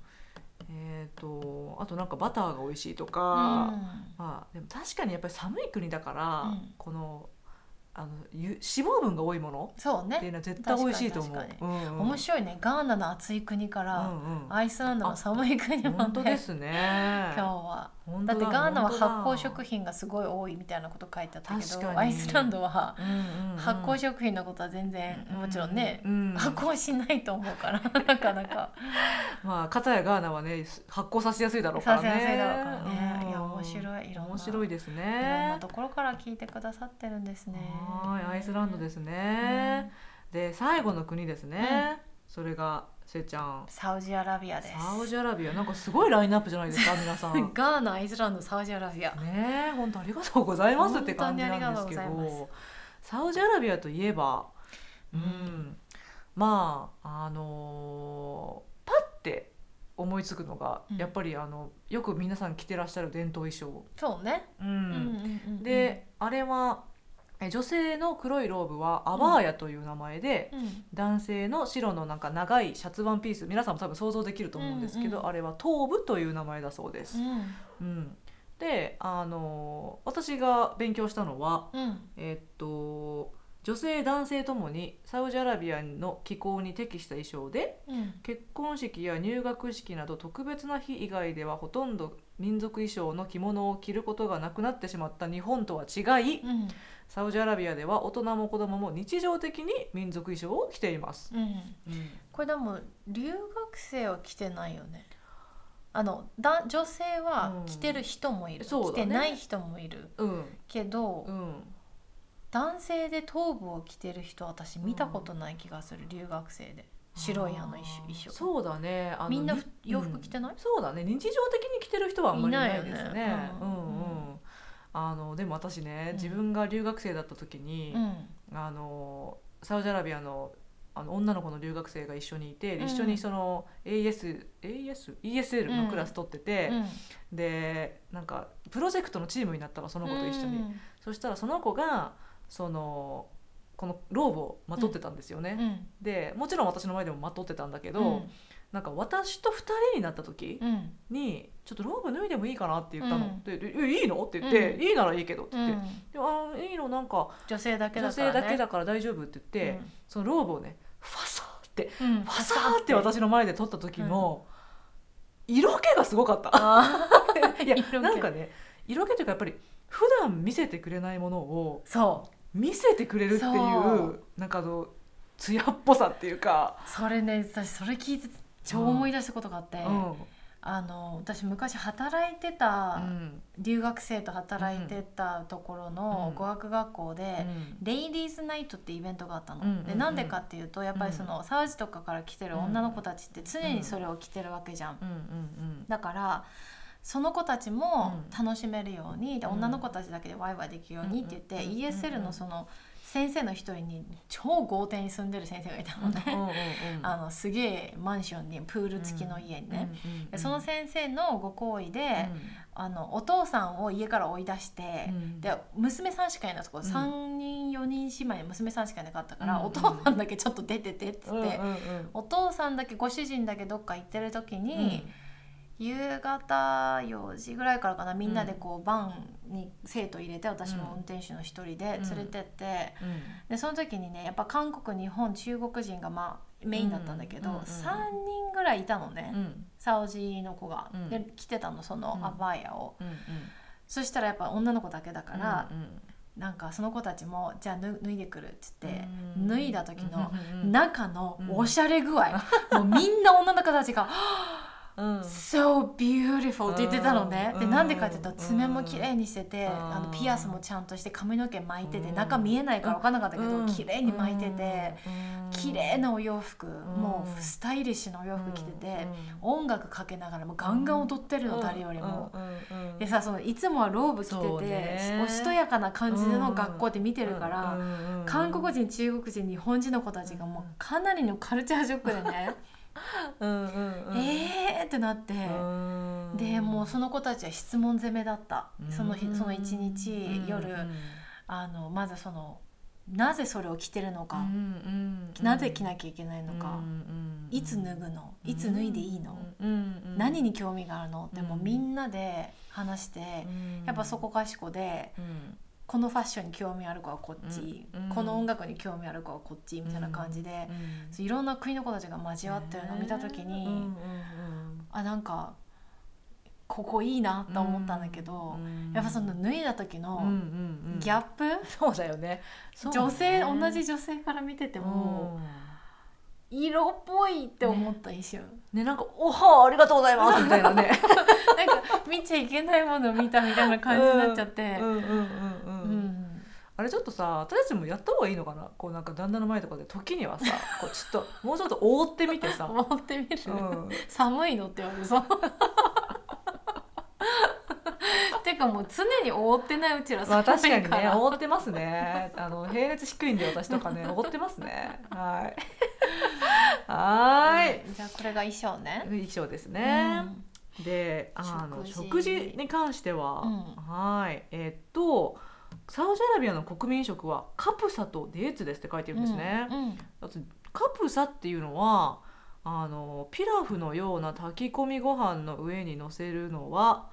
[SPEAKER 1] えー、とあとなんかバターが美味しいと
[SPEAKER 2] う
[SPEAKER 1] か、
[SPEAKER 2] ん
[SPEAKER 1] まあ、でも確かにやっぱり寒い国だから、
[SPEAKER 2] うん
[SPEAKER 1] このあのゆ脂肪分が多いもの
[SPEAKER 2] そう
[SPEAKER 1] ってい
[SPEAKER 2] ね
[SPEAKER 1] うのは絶対美味しいと思う
[SPEAKER 2] 確かに。
[SPEAKER 1] うんうん
[SPEAKER 2] 面白いねガーナの暑い国から、
[SPEAKER 1] うんうん
[SPEAKER 2] アイスランドの寒い国ま
[SPEAKER 1] 本
[SPEAKER 2] で
[SPEAKER 1] 当ですね
[SPEAKER 2] 今日は
[SPEAKER 1] 本
[SPEAKER 2] だ
[SPEAKER 1] 当
[SPEAKER 2] ってガーナは
[SPEAKER 1] 本
[SPEAKER 2] 発
[SPEAKER 1] 当だ
[SPEAKER 2] 酵食品がすごい多いみたいなこと書いてあったけ
[SPEAKER 1] 確か
[SPEAKER 2] ど
[SPEAKER 1] に
[SPEAKER 2] アイスランドは
[SPEAKER 1] うんうんうん
[SPEAKER 2] 発酵食品のことは全然もちろんね、
[SPEAKER 1] うんうん
[SPEAKER 2] 発酵しないと思うから なかなか
[SPEAKER 1] まあ片やガーナはねす発酵させやすいだろうか
[SPEAKER 2] さ
[SPEAKER 1] ら
[SPEAKER 2] せ
[SPEAKER 1] ね
[SPEAKER 2] やすいだろうからね、
[SPEAKER 1] うん
[SPEAKER 2] いや面白いいろんな
[SPEAKER 1] 面白いです ね
[SPEAKER 2] いろんなところから聞いてくださってるんですね
[SPEAKER 1] はいアイスランドですすね、で最後の国ですね、それがせいちゃん
[SPEAKER 2] サウジアラビアです
[SPEAKER 1] サウジアラビアなんかすごいラインナップじゃない ですか皆さんね
[SPEAKER 2] ガーナアイスランドサウジアラビア、
[SPEAKER 1] え本当ありがとうございますって感じなんですけ
[SPEAKER 2] 本当にありがとうござい
[SPEAKER 1] どサウジアラビアといえばうん、まああのーパッて思いつくのが、
[SPEAKER 2] うん
[SPEAKER 1] やっぱりあのよく皆さん着てらっしゃる伝統衣装、
[SPEAKER 2] そうね、
[SPEAKER 1] うん
[SPEAKER 2] うんうんうん、
[SPEAKER 1] で、あれはえ女性の黒いローブはアバーヤという名前で、
[SPEAKER 2] うん、
[SPEAKER 1] 男性の白のなんか長いシャツワンピース皆さんも多分想像できると思うんですけど、
[SPEAKER 2] うんうん
[SPEAKER 1] あれは頭部という名前だそうです。
[SPEAKER 2] うん
[SPEAKER 1] うんで、あのー私が勉強したのは、
[SPEAKER 2] うん
[SPEAKER 1] えっと女性男性ともにサウジアラビアの気候に適した衣装で
[SPEAKER 2] うん
[SPEAKER 1] 結婚式や入学式など特別な日以外ではほとんど民族衣装の着物を着ることがなくなってしまった日本とは違い
[SPEAKER 2] うん
[SPEAKER 1] サウジアラビアでは大人も子供も日常的に民族衣装を着ています、
[SPEAKER 2] うんこれでも留学生は来てないよねあのだ女性は来てる人もいる、
[SPEAKER 1] そうだ
[SPEAKER 2] 来
[SPEAKER 1] ね
[SPEAKER 2] てない人もいる
[SPEAKER 1] うん
[SPEAKER 2] けど、
[SPEAKER 1] うん
[SPEAKER 2] 男性で頭部を着てる人私見たことない気がする、留学生で白いあの衣装衣装
[SPEAKER 1] そうだねあの
[SPEAKER 2] みんな
[SPEAKER 1] に
[SPEAKER 2] 洋服着てない
[SPEAKER 1] うんそうだね日常的に着てる人はあんまりいないですね
[SPEAKER 2] いないよね
[SPEAKER 1] う
[SPEAKER 2] うんん
[SPEAKER 1] うんあのでも私ね、
[SPEAKER 2] うん
[SPEAKER 1] 自分が留学生だった時に、
[SPEAKER 2] うん
[SPEAKER 1] あのサウジアラビアのあの女の子の留学生が一緒にいて、で
[SPEAKER 2] うん
[SPEAKER 1] 一緒にその AS AS ESL のクラス取ってて、
[SPEAKER 2] うん
[SPEAKER 1] でなんかプロジェクトのチームになったのその子と一緒に、そしたらその子がそのこのローブをまとってたんですよね、
[SPEAKER 2] うんうん
[SPEAKER 1] でもちろん私の前でもまとってたんだけど、なんか私と2人になった時
[SPEAKER 2] うんうん
[SPEAKER 1] に「ちょっとローブ脱いでもいいかな?」って言ったの、
[SPEAKER 2] うん
[SPEAKER 1] ででえいいの?」って言って「
[SPEAKER 2] う
[SPEAKER 1] いいならいいけど」って言って「
[SPEAKER 2] うん
[SPEAKER 1] でもあーいいのなんか
[SPEAKER 2] 女性だけ
[SPEAKER 1] 女
[SPEAKER 2] だから、
[SPEAKER 1] 性
[SPEAKER 2] ね、
[SPEAKER 1] だけだから大丈夫」って言って、そのローブをねファサーって
[SPEAKER 2] うん、うん
[SPEAKER 1] ファサーって私の前で撮った時の色気がすごか った。
[SPEAKER 2] あー
[SPEAKER 1] いや
[SPEAKER 2] 色気
[SPEAKER 1] なんかね色気というかやっぱり普段見せてくれないものを
[SPEAKER 2] そう
[SPEAKER 1] 見せてくれるってい
[SPEAKER 2] そう
[SPEAKER 1] なんかあの艶っぽさっていうか、
[SPEAKER 2] それね私それ聞いて超思い出したことがあって、
[SPEAKER 1] うん
[SPEAKER 2] あの私昔働いて
[SPEAKER 1] う
[SPEAKER 2] た、
[SPEAKER 1] ん
[SPEAKER 2] 留学生と働いてたところの
[SPEAKER 1] うん
[SPEAKER 2] 語学学校で、
[SPEAKER 1] うん
[SPEAKER 2] レイディーズナイトってイベントがあったの、
[SPEAKER 1] うんうんうん
[SPEAKER 2] でなんでかっていうとやっぱりその、サウジとかから来てる女の子たちって常にそれを着てるわけじゃん、
[SPEAKER 1] うんうん
[SPEAKER 2] だからその子たちも
[SPEAKER 1] うん
[SPEAKER 2] 楽しめるように、で
[SPEAKER 1] うん
[SPEAKER 2] 女の子たちだけでワイワイできるようにって言って、
[SPEAKER 1] うんうんうんうん
[SPEAKER 2] ESL のその先生の一人に超豪邸に住んでる先生がいたのね、
[SPEAKER 1] うんうんうん
[SPEAKER 2] あのすげえマンションにプール付きの家にね、
[SPEAKER 1] うんうんうん
[SPEAKER 2] でその先生のご好意で、
[SPEAKER 1] う
[SPEAKER 2] あのお父さんを家から追い出して、
[SPEAKER 1] ん
[SPEAKER 2] で娘さんしかいないとこ
[SPEAKER 1] ん
[SPEAKER 2] 3人4人姉妹に娘さんしかいなかったから、
[SPEAKER 1] うん
[SPEAKER 2] お父さんだけちょっと出ててっつって、
[SPEAKER 1] うんうんうん
[SPEAKER 2] お父さんだけご主人だけどっか行ってる時に、夕方4時ぐらいからかなみんなでこうバンに生徒入れて私も運転手の一人で連れてって。
[SPEAKER 1] うん
[SPEAKER 2] でその時にねやっぱ韓国日本中国人が、まあ、メインだったんだけど、
[SPEAKER 1] うんうんうん
[SPEAKER 2] 3人ぐらいいたのね、
[SPEAKER 1] うん
[SPEAKER 2] サウジの子が、
[SPEAKER 1] うん
[SPEAKER 2] で来てたのその
[SPEAKER 1] うん
[SPEAKER 2] アバーヤを、
[SPEAKER 1] うんうん
[SPEAKER 2] そしたらやっぱ女の子だけだから、
[SPEAKER 1] うん
[SPEAKER 2] なんかその子たちもじゃあ脱脱いでくるっつって
[SPEAKER 1] うん
[SPEAKER 2] 脱いだ時の
[SPEAKER 1] うんうんうん
[SPEAKER 2] 中のおしゃれ具合、もうみんな女の子た ちが
[SPEAKER 1] うん
[SPEAKER 2] 「So beautiful」って言ってたのね
[SPEAKER 1] う。ん
[SPEAKER 2] でなんでかって言ったら爪も綺麗にしてて
[SPEAKER 1] うん
[SPEAKER 2] あのピアスもちゃんとして髪の毛巻いてて
[SPEAKER 1] うん
[SPEAKER 2] 中見えないから分かんなかったけ
[SPEAKER 1] う
[SPEAKER 2] ど
[SPEAKER 1] ん
[SPEAKER 2] 綺麗に巻いてて
[SPEAKER 1] うん
[SPEAKER 2] 綺麗なお洋服も
[SPEAKER 1] う
[SPEAKER 2] うんスタイリッシュなお洋服着てて
[SPEAKER 1] う
[SPEAKER 2] 音楽かけながらもうガンガン踊ってる
[SPEAKER 1] ん
[SPEAKER 2] の誰よりも。
[SPEAKER 1] うんうんうん
[SPEAKER 2] でさそのいつもはローブ着て
[SPEAKER 1] そう
[SPEAKER 2] て、
[SPEAKER 1] ね
[SPEAKER 2] おしとやかな感じの学校で見てるから、
[SPEAKER 1] うんうんうん
[SPEAKER 2] 韓国人中国人日本人の子たちがもうかなりのカルチャーショックでね、
[SPEAKER 1] うんうんうん
[SPEAKER 2] えーってなって、
[SPEAKER 1] うん
[SPEAKER 2] でもうその子たちは質問攻めだった、その日
[SPEAKER 1] うん
[SPEAKER 2] その一日、夜、
[SPEAKER 1] うん
[SPEAKER 2] あのまずそのなぜそれを着てるの
[SPEAKER 1] う
[SPEAKER 2] か、
[SPEAKER 1] ん
[SPEAKER 2] なぜ着
[SPEAKER 1] い
[SPEAKER 2] なきゃいけないのか、
[SPEAKER 1] うん
[SPEAKER 2] いつ脱ぐのいつ脱いでいいの、、
[SPEAKER 1] うんうん
[SPEAKER 2] 何、に興味があるのってもうみんなで話して、
[SPEAKER 1] うん
[SPEAKER 2] やっぱそこかしこで。
[SPEAKER 1] うん
[SPEAKER 2] このファッションに興味ある子はこっち、
[SPEAKER 1] うんうん
[SPEAKER 2] この音楽に興味ある子はこっちみたいな感じで、
[SPEAKER 1] うん
[SPEAKER 2] そういろんな国の子たちが交わってるのを見た時に、
[SPEAKER 1] うんうん
[SPEAKER 2] あなんかここいいな
[SPEAKER 1] うん
[SPEAKER 2] と思ったんだけど、やっぱその脱いだ時
[SPEAKER 1] うんうん
[SPEAKER 2] の
[SPEAKER 1] うん
[SPEAKER 2] ギャップ、
[SPEAKER 1] そうだよねそうね
[SPEAKER 2] 女性同じ女性から見てても、色っぽいって思った一瞬、
[SPEAKER 1] うんねなんか「おはありがとうございます」みたい なね
[SPEAKER 2] なんか見ちゃいけないものを見たみたいな感じになっちゃって。
[SPEAKER 1] うんうんうんう
[SPEAKER 2] う
[SPEAKER 1] んんあれちょっとさ私たちもやった方がいいのかなこうなんか旦那の前とかで時にはさこうちょっともうちょっと覆ってみてさ、
[SPEAKER 2] 思ってみる、
[SPEAKER 1] うん
[SPEAKER 2] 寒いのって言われるそう てかもう常に覆ってないうちら
[SPEAKER 1] まあ、確か
[SPEAKER 2] 寒い
[SPEAKER 1] にね覆ってますねあの平熱低いんで私とかね覆ってますねはいはーい
[SPEAKER 2] うんじゃあこれが衣装ね、
[SPEAKER 1] 衣装ですね、であの
[SPEAKER 2] 食
[SPEAKER 1] 食
[SPEAKER 2] 事
[SPEAKER 1] 事に関しては、
[SPEAKER 2] うん
[SPEAKER 1] はいえっとサウジアラビアの国民食はカプサとデーツですって書いて
[SPEAKER 2] う
[SPEAKER 1] る
[SPEAKER 2] ん
[SPEAKER 1] んですね、
[SPEAKER 2] うん
[SPEAKER 1] あとカプサっていうのはあのピラフのような炊き込みご飯の上にのせるのは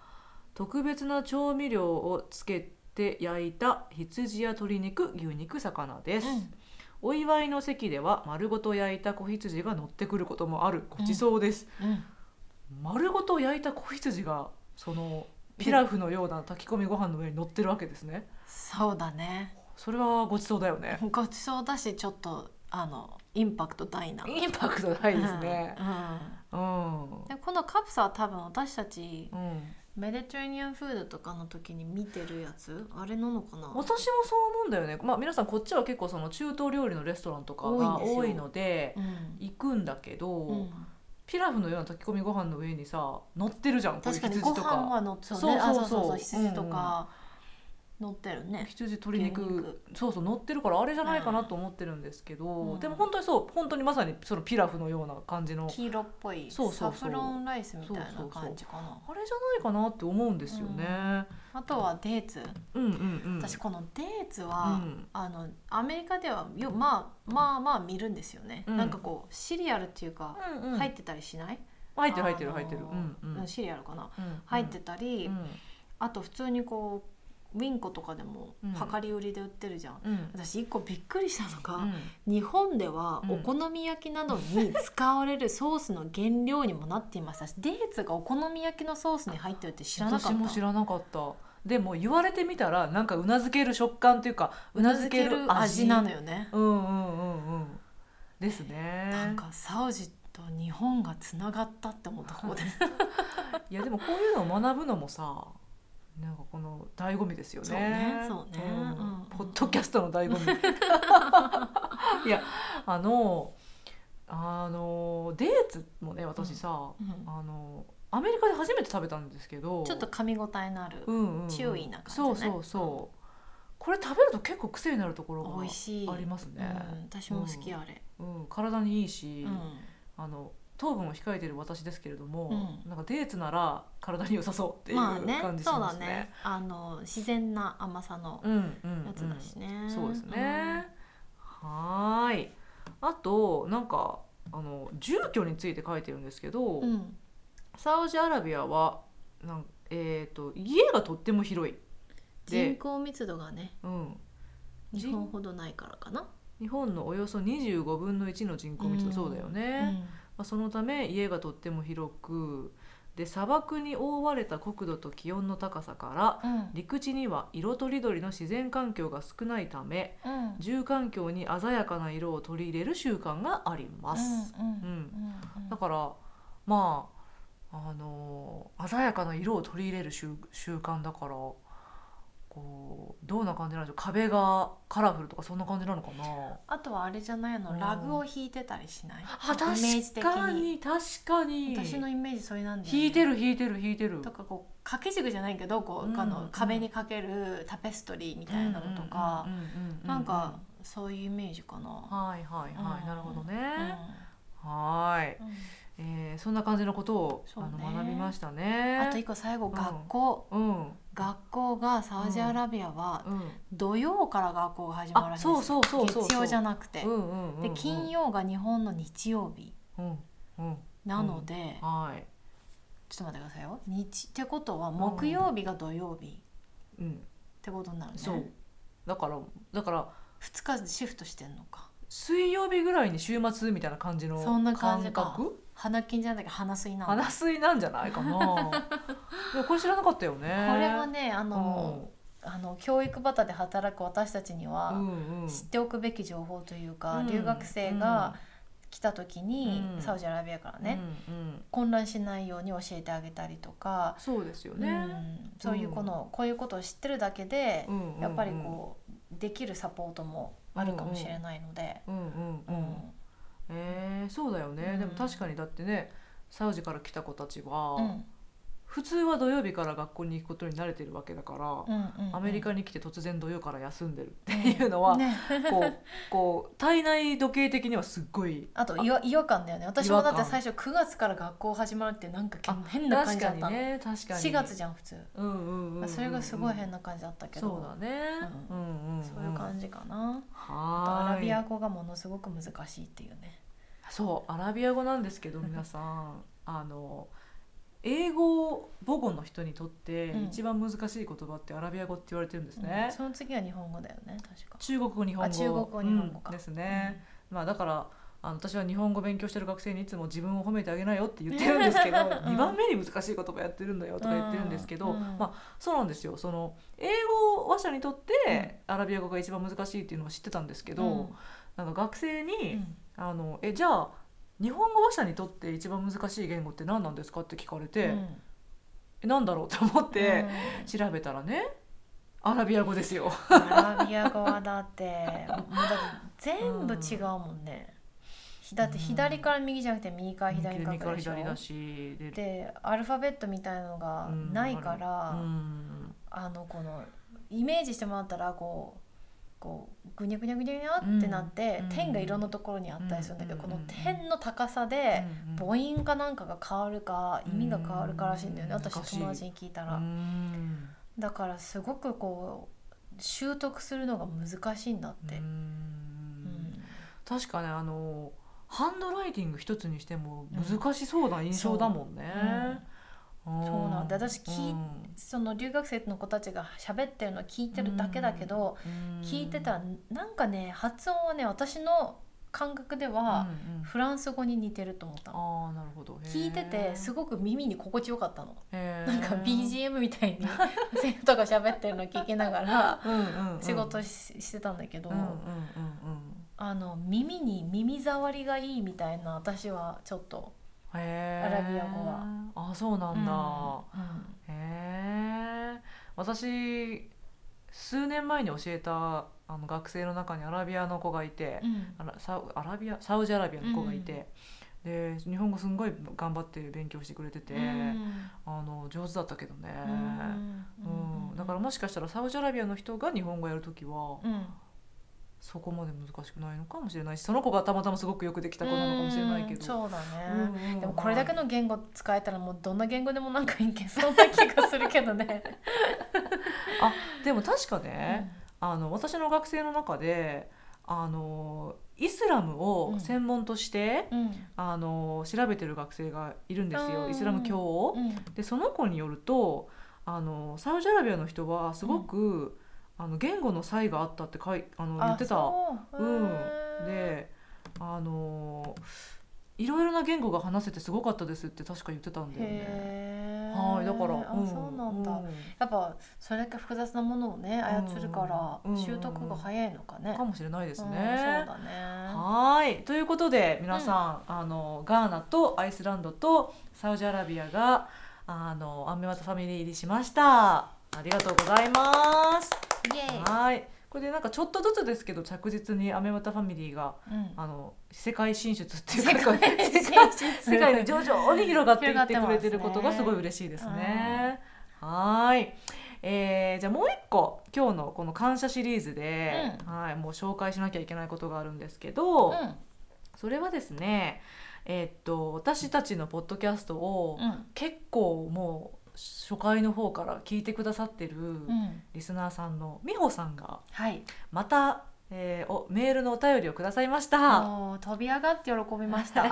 [SPEAKER 1] 特別な調味料をつけて焼いた羊や鶏肉牛肉魚です、
[SPEAKER 2] うん
[SPEAKER 1] お祝いの席では丸ごと焼いた子羊が乗ってくることもあるごちそうです、
[SPEAKER 2] うん
[SPEAKER 1] 丸ごと焼いた子羊がそのピラフのような炊き込みご飯の上に乗ってるわけですね
[SPEAKER 2] そうだね
[SPEAKER 1] それはごちそうだよね
[SPEAKER 2] ごちそうだしちょっとあのインパクト大な
[SPEAKER 1] インパクトないですね
[SPEAKER 2] う
[SPEAKER 1] う
[SPEAKER 2] んうん
[SPEAKER 1] ん、うん
[SPEAKER 2] でこのカプサは多分私たちメディテレーニアンフードとかの時に見てるやつあれなのかな
[SPEAKER 1] 私もそう思うんだよね、まあ、皆さんこっちは結構その中東料理のレストランとかが
[SPEAKER 2] 多
[SPEAKER 1] 多
[SPEAKER 2] いんですよ
[SPEAKER 1] いので
[SPEAKER 2] うん
[SPEAKER 1] 行くんだけど、
[SPEAKER 2] うん
[SPEAKER 1] ピラフのような炊き込みご飯の上にさ乗ってるじゃんこれ
[SPEAKER 2] 確かに
[SPEAKER 1] 羊
[SPEAKER 2] ご
[SPEAKER 1] と
[SPEAKER 2] 飯
[SPEAKER 1] か
[SPEAKER 2] は乗って
[SPEAKER 1] そう
[SPEAKER 2] あ
[SPEAKER 1] そうそう
[SPEAKER 2] 羊とか乗ってるね。
[SPEAKER 1] 羊鶏肉
[SPEAKER 2] 牛肉
[SPEAKER 1] そうそう乗ってるからあれじゃないかなと思ってるんですけど、
[SPEAKER 2] うん
[SPEAKER 1] でも本当にそう本当にまさにそのピラフのような感じの
[SPEAKER 2] 黄色っぽい
[SPEAKER 1] そうそうそう
[SPEAKER 2] サフロンライスみたいな感じかな
[SPEAKER 1] あれじゃないかなって思うんですよね。
[SPEAKER 2] あとはデーツ、
[SPEAKER 1] うんうんうん。
[SPEAKER 2] 私このデーツ
[SPEAKER 1] う
[SPEAKER 2] は、
[SPEAKER 1] ん
[SPEAKER 2] あのアメリカではよまあまあまあ見るんですよね、
[SPEAKER 1] うん
[SPEAKER 2] なんかこうシリアルっていうか、
[SPEAKER 1] うんうん
[SPEAKER 2] 入ってたりしない
[SPEAKER 1] 入ってる入ってる
[SPEAKER 2] あの
[SPEAKER 1] 入ってる。うんうん
[SPEAKER 2] うんシリアルかな
[SPEAKER 1] うん
[SPEAKER 2] 入ってたり、
[SPEAKER 1] うん
[SPEAKER 2] あと普通にこうウィンコとかでも
[SPEAKER 1] うん
[SPEAKER 2] 量り売りで売ってるじゃん、
[SPEAKER 1] うん
[SPEAKER 2] 私一個びっくりしたのが、
[SPEAKER 1] うん
[SPEAKER 2] 日本では
[SPEAKER 1] うん
[SPEAKER 2] お好み焼きなどに使われるソースの原料にもなっていましたし、デーツがお好み焼きのソースに入ってるって知らなか
[SPEAKER 1] 私も
[SPEAKER 2] っ
[SPEAKER 1] 知
[SPEAKER 2] た
[SPEAKER 1] らなかった。でも言われてみたらなんかうなずける食感というかうなずける味
[SPEAKER 2] 味なのよね、
[SPEAKER 1] うんうんうんうん。ですね。
[SPEAKER 2] なんかサウジと日本がつながったって思ったここで、
[SPEAKER 1] いやでもこういうのを学ぶのもさ。なんかこの醍醐味ですよね。
[SPEAKER 2] そうねそうね
[SPEAKER 1] ん
[SPEAKER 2] うん
[SPEAKER 1] ポッドキャストの醍醐味。 いやあのあのデーツもね私さ、
[SPEAKER 2] うん
[SPEAKER 1] あのアメリカで初めて食べたんですけど、
[SPEAKER 2] ちょっと噛み応えのある、
[SPEAKER 1] うんうん
[SPEAKER 2] チューイーな感じね
[SPEAKER 1] そうそうそう。これ食べると結構癖になるところが
[SPEAKER 2] 美味しい
[SPEAKER 1] ありますね。
[SPEAKER 2] うん、私も好きあれ、
[SPEAKER 1] うん、体にいいし、
[SPEAKER 2] うん
[SPEAKER 1] あの糖分を控えてる私ですけれども、
[SPEAKER 2] うん
[SPEAKER 1] なんかデーツなら体に良さそうっていう
[SPEAKER 2] まあね
[SPEAKER 1] 感じし
[SPEAKER 2] そう
[SPEAKER 1] ま
[SPEAKER 2] だ
[SPEAKER 1] すね。
[SPEAKER 2] ねあの自然な甘さの
[SPEAKER 1] うんうん
[SPEAKER 2] やつだしね、
[SPEAKER 1] うんそうですね。はーい。あとなんかあの住居について書いてるんですけど、
[SPEAKER 2] うん、うん
[SPEAKER 1] サウジアラビアはなんえっ、と家がとっても広い。
[SPEAKER 2] 人
[SPEAKER 1] で
[SPEAKER 2] 口密度がね
[SPEAKER 1] うん。
[SPEAKER 2] 日
[SPEAKER 1] 人
[SPEAKER 2] 本ほどないからかな、
[SPEAKER 1] 日本のおよそ25分の1の人口密
[SPEAKER 2] うん
[SPEAKER 1] 度そうだよね、まあ、そのため家がとっても広くで砂漠に覆われた国土と気温の高さから
[SPEAKER 2] うん
[SPEAKER 1] 陸地には色とりどりの自然環境が少ないため
[SPEAKER 2] うん
[SPEAKER 1] 住環境に鮮やかな色を取り入れる習慣があります。
[SPEAKER 2] う
[SPEAKER 1] う
[SPEAKER 2] んうんん
[SPEAKER 1] だからまああのー鮮やかな色を取り入れる習習慣だからこうどんな感じなんでしょう壁がカラフルとかそんな感じなのかな
[SPEAKER 2] あとはあれじゃないあ
[SPEAKER 1] うん
[SPEAKER 2] のラグを引いてたりしない
[SPEAKER 1] あ確
[SPEAKER 2] イメージ的
[SPEAKER 1] かに確かに
[SPEAKER 2] 私のイメージそれなんだよね
[SPEAKER 1] 引いてる引いてる引いてる
[SPEAKER 2] とかこう掛け軸じゃないけどこう、
[SPEAKER 1] うん
[SPEAKER 2] あ
[SPEAKER 1] う
[SPEAKER 2] の
[SPEAKER 1] ん
[SPEAKER 2] 壁にかけるタペストリーみたいなのとか、
[SPEAKER 1] うんうんうんうう
[SPEAKER 2] なんかそういうイメージかな。
[SPEAKER 1] はいはいはい、
[SPEAKER 2] うん
[SPEAKER 1] なるほどね、
[SPEAKER 2] う
[SPEAKER 1] はい、
[SPEAKER 2] んうん
[SPEAKER 1] えー、そんな感じのことを、
[SPEAKER 2] そう
[SPEAKER 1] あ
[SPEAKER 2] ね
[SPEAKER 1] の学びましたね
[SPEAKER 2] あと一個最後学校、
[SPEAKER 1] うんうん
[SPEAKER 2] 学校がサウジアラビアは土曜から学校が始まるら
[SPEAKER 1] あ
[SPEAKER 2] しい
[SPEAKER 1] そ
[SPEAKER 2] んで
[SPEAKER 1] う
[SPEAKER 2] すよ
[SPEAKER 1] そうそうそう
[SPEAKER 2] 月曜じゃ
[SPEAKER 1] な
[SPEAKER 2] なくて、
[SPEAKER 1] うんうんうんうん、
[SPEAKER 2] で金曜が日本の日曜日
[SPEAKER 1] うんうん
[SPEAKER 2] なので、
[SPEAKER 1] はい
[SPEAKER 2] ちょっと待ってくださいよ日ってことは木曜日が土曜日っ
[SPEAKER 1] うん
[SPEAKER 2] てことになるね、
[SPEAKER 1] そうだからだから
[SPEAKER 2] 2日シフトしてんのか
[SPEAKER 1] 水曜日ぐらいに週末みたいな感じの
[SPEAKER 2] そんな感じか
[SPEAKER 1] 覚
[SPEAKER 2] 花金じゃなくて花水なんだ
[SPEAKER 1] 花水なんじゃないか なでもこれ知らなかったよね
[SPEAKER 2] これはねあ
[SPEAKER 1] あ
[SPEAKER 2] の、あの教育バタで働く私たちに
[SPEAKER 1] う
[SPEAKER 2] は
[SPEAKER 1] んうん
[SPEAKER 2] 知っておくべき情報というか、
[SPEAKER 1] うん
[SPEAKER 2] 留学生が来た時に、
[SPEAKER 1] うん
[SPEAKER 2] サウジアラビアからね、、
[SPEAKER 1] うんうん
[SPEAKER 2] 混乱しないように教えてあげたりとか、
[SPEAKER 1] そうですよね、
[SPEAKER 2] うんそういうこの、こういうことを知ってるだけで、
[SPEAKER 1] うんうんうん
[SPEAKER 2] やっぱりこうできるサポートもあるかもしれないので、
[SPEAKER 1] うんうんうん、えーそうだよね、
[SPEAKER 2] うん
[SPEAKER 1] でも確かにだってねサウジから来た子たちは、
[SPEAKER 2] うん
[SPEAKER 1] 普通は土曜日から学校に行くことに慣れてるわけだから、
[SPEAKER 2] うんうんうん
[SPEAKER 1] アメリカに来て突然土曜から休んでるっていうのは、
[SPEAKER 2] ね、
[SPEAKER 1] こうこう体内時計的にはすっごい
[SPEAKER 2] あと違和違和感だよね私
[SPEAKER 1] 違
[SPEAKER 2] も
[SPEAKER 1] 和
[SPEAKER 2] だ
[SPEAKER 1] 感
[SPEAKER 2] って最初9月から学校始まるってなんかけ
[SPEAKER 1] あ
[SPEAKER 2] 変な感
[SPEAKER 1] 確
[SPEAKER 2] じだ
[SPEAKER 1] か
[SPEAKER 2] っ
[SPEAKER 1] に
[SPEAKER 2] たの、
[SPEAKER 1] ね確かに
[SPEAKER 2] 4月じゃん普通、
[SPEAKER 1] うんうんうんうん
[SPEAKER 2] それがすごい変な感じだったけど
[SPEAKER 1] そうだね、う
[SPEAKER 2] うん
[SPEAKER 1] うんん
[SPEAKER 2] そういう感じかな、あと
[SPEAKER 1] はー
[SPEAKER 2] ア
[SPEAKER 1] い
[SPEAKER 2] ラビア語がものすごく難しいっていうね
[SPEAKER 1] そうアラビア語なんですけ ど皆さんあの英語母語の人にとって
[SPEAKER 2] うん
[SPEAKER 1] 一番難しい言葉ってアラビア語って言われてるんです
[SPEAKER 2] う
[SPEAKER 1] ね
[SPEAKER 2] ん、その次は日本語だよね確か
[SPEAKER 1] 中国語日本
[SPEAKER 2] あ
[SPEAKER 1] 語
[SPEAKER 2] 中国語日本語か
[SPEAKER 1] うんですね、まあだからあの私は日本語勉強してる学生にいつも自分を褒めてあげなよって言ってるんですけど、
[SPEAKER 2] うん
[SPEAKER 1] 2番目に難しい言葉やってるんだよとか言ってるんですけど、
[SPEAKER 2] うんうん
[SPEAKER 1] まあそうなんですよその英語話者にとってアラビア語が一番難しいっていうのは知ってたんですけど、
[SPEAKER 2] うん
[SPEAKER 1] なんか学生に、
[SPEAKER 2] うんうん
[SPEAKER 1] あのえじゃあ日本語話者にとって一番難しい言語って何なんですかって聞かれて、
[SPEAKER 2] うん
[SPEAKER 1] えなんだろうと思って
[SPEAKER 2] うん
[SPEAKER 1] 調べたらねアラビア語ですよ。
[SPEAKER 2] アラビア語はだってもうだって全部違うもんね、だって左から右じゃなくて右から左に書
[SPEAKER 1] 右か
[SPEAKER 2] く
[SPEAKER 1] ら
[SPEAKER 2] でしょ
[SPEAKER 1] 左だしで
[SPEAKER 2] でアルファベットみたいなのがないから、
[SPEAKER 1] うん
[SPEAKER 2] あのこのイメージしてもらったらこうこうぐにゃぐにゃぐにゃぐにゃってなって、
[SPEAKER 1] うん
[SPEAKER 2] 点がいろんなところにあったりするんだけど、
[SPEAKER 1] うん
[SPEAKER 2] この点の高さで
[SPEAKER 1] うん
[SPEAKER 2] 母音かなんかが変わるか意味が変わるからしいんだよね、
[SPEAKER 1] うん難しい
[SPEAKER 2] 私友達に聞いたら、
[SPEAKER 1] うん
[SPEAKER 2] だからすごくこう習得するのが難しいんだって、
[SPEAKER 1] う
[SPEAKER 2] うん
[SPEAKER 1] ん確かねあのハンドライティング一つにしても難しそうな印象だもんね。うん
[SPEAKER 2] そうなんだ私聞い
[SPEAKER 1] うん
[SPEAKER 2] その留学生の子たちが喋ってるのを聞いてるだけだけど、
[SPEAKER 1] うん
[SPEAKER 2] 聞いてたらなんかね発音はね私の感覚では
[SPEAKER 1] うんうん
[SPEAKER 2] フランス語に似てると思ったの。
[SPEAKER 1] ああなるほど
[SPEAKER 2] 聞いててす
[SPEAKER 1] ご
[SPEAKER 2] ごく耳に心地よかったの
[SPEAKER 1] な
[SPEAKER 2] なんか BGM みたい に生徒が喋ってるの聞きながら仕事
[SPEAKER 1] し
[SPEAKER 2] ししてたんだけど、
[SPEAKER 1] うんうんうん
[SPEAKER 2] あの耳に耳障りがいいみたいな私はちょっと
[SPEAKER 1] うんへー
[SPEAKER 2] アラビア語は
[SPEAKER 1] あそうなんだ、
[SPEAKER 2] うん
[SPEAKER 1] へえ私数年前に教えたあの学生の中にアラビアの子がいて、
[SPEAKER 2] うん
[SPEAKER 1] あらサウアラビアサウジアラビアの子がいて、で日本語すんごい頑張って勉強してくれてて、
[SPEAKER 2] うん
[SPEAKER 1] あの上手だったけどね、
[SPEAKER 2] うん
[SPEAKER 1] うんだからもしかしたらサウジアラビアの人が日本語やるときは、
[SPEAKER 2] うん
[SPEAKER 1] そこまで難しくないのかもしれないしその子がたまたますごくよくできた子なのかもしれないけ
[SPEAKER 2] うん
[SPEAKER 1] ど、
[SPEAKER 2] そうだね、
[SPEAKER 1] うんうん
[SPEAKER 2] でもこれだけの言語使えたらもうどんな言語でもなんかいけそうな気がするけど ね。
[SPEAKER 1] でも確かね、あの私の学生の中であのイスラムを専門として、
[SPEAKER 2] うん
[SPEAKER 1] あの調べてる学生がいるんですよ、
[SPEAKER 2] うん
[SPEAKER 1] イスラム教を。
[SPEAKER 2] うん
[SPEAKER 1] でその子によるとあのサウジアラビアの人はすごく、あの言語の差異があったってかいあの言ってた。
[SPEAKER 2] あそう
[SPEAKER 1] うん
[SPEAKER 2] へー
[SPEAKER 1] であのいろいろな言語が話せてすごかったですって確か言ってたんだよね。
[SPEAKER 2] へえ
[SPEAKER 1] はいだから、
[SPEAKER 2] あ、そうなんだ、
[SPEAKER 1] う
[SPEAKER 2] やっぱそれだけ複雑なものをね操るか
[SPEAKER 1] うん
[SPEAKER 2] ら習得が早いのかね、
[SPEAKER 1] んかもしれないですね。
[SPEAKER 2] うんそうだね
[SPEAKER 1] はーいということで皆さん、あのガーナとアイスランドとサウジアラビアがあのアンメワタファミリー入りしましたありがとうございます
[SPEAKER 2] イエーイ
[SPEAKER 1] はーいこれでなんかちょっとずつですけど着実にアンメワタファミリーが
[SPEAKER 2] うん
[SPEAKER 1] あの世界進出っていう
[SPEAKER 2] 世
[SPEAKER 1] か
[SPEAKER 2] 界
[SPEAKER 1] 世
[SPEAKER 2] 進
[SPEAKER 1] 界
[SPEAKER 2] 出
[SPEAKER 1] 世界に徐々に広がっていってくれ
[SPEAKER 2] 広がってますね
[SPEAKER 1] てることがすごい嬉しいですね。はーい、えーじゃあもう一個今日のこの感謝シリーズで、はいもう紹介しなきゃいけないことがあるんですけど、
[SPEAKER 2] うん
[SPEAKER 1] それはですねえーっと私たちのポッドキャストを
[SPEAKER 2] うん
[SPEAKER 1] 結構もう初回の方から聞いてくださってる
[SPEAKER 2] うん
[SPEAKER 1] リスナーさんの美穂さんが
[SPEAKER 2] はい
[SPEAKER 1] また、えーおメールのお便りをくださいました。
[SPEAKER 2] もう飛び上がって喜びました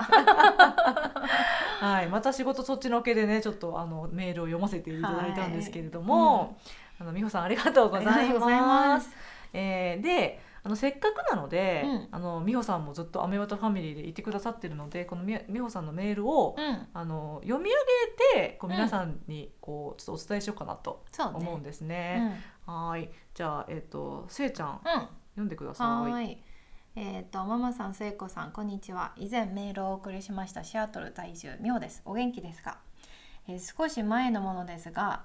[SPEAKER 1] はい、また仕事そっちのけでねちょっとあのメールを読ませていただいたんですけれども、あの美穂さんありがとうございます
[SPEAKER 2] ありがとうござい ます
[SPEAKER 1] えーであのせっかくなので、
[SPEAKER 2] うん
[SPEAKER 1] あの美穂さんもずっと「アメワタファミリー」でいてくださってるのでこのみ美穂さんのメールを、
[SPEAKER 2] うん
[SPEAKER 1] あの読み上げてこう
[SPEAKER 2] うん
[SPEAKER 1] 皆さんにこうちょっとお伝えしようかなと
[SPEAKER 2] そうね
[SPEAKER 1] 思うんです
[SPEAKER 2] う
[SPEAKER 1] ね。
[SPEAKER 2] ん
[SPEAKER 1] はいじゃあ、えっとせいちゃん
[SPEAKER 2] うん
[SPEAKER 1] 読んでくださ。
[SPEAKER 2] はいい。えっ、とママさん、末子さん、こんにちは。以前メールをお送りしましたシアトル在住みおです。お元気ですか。えー少し前のものですが、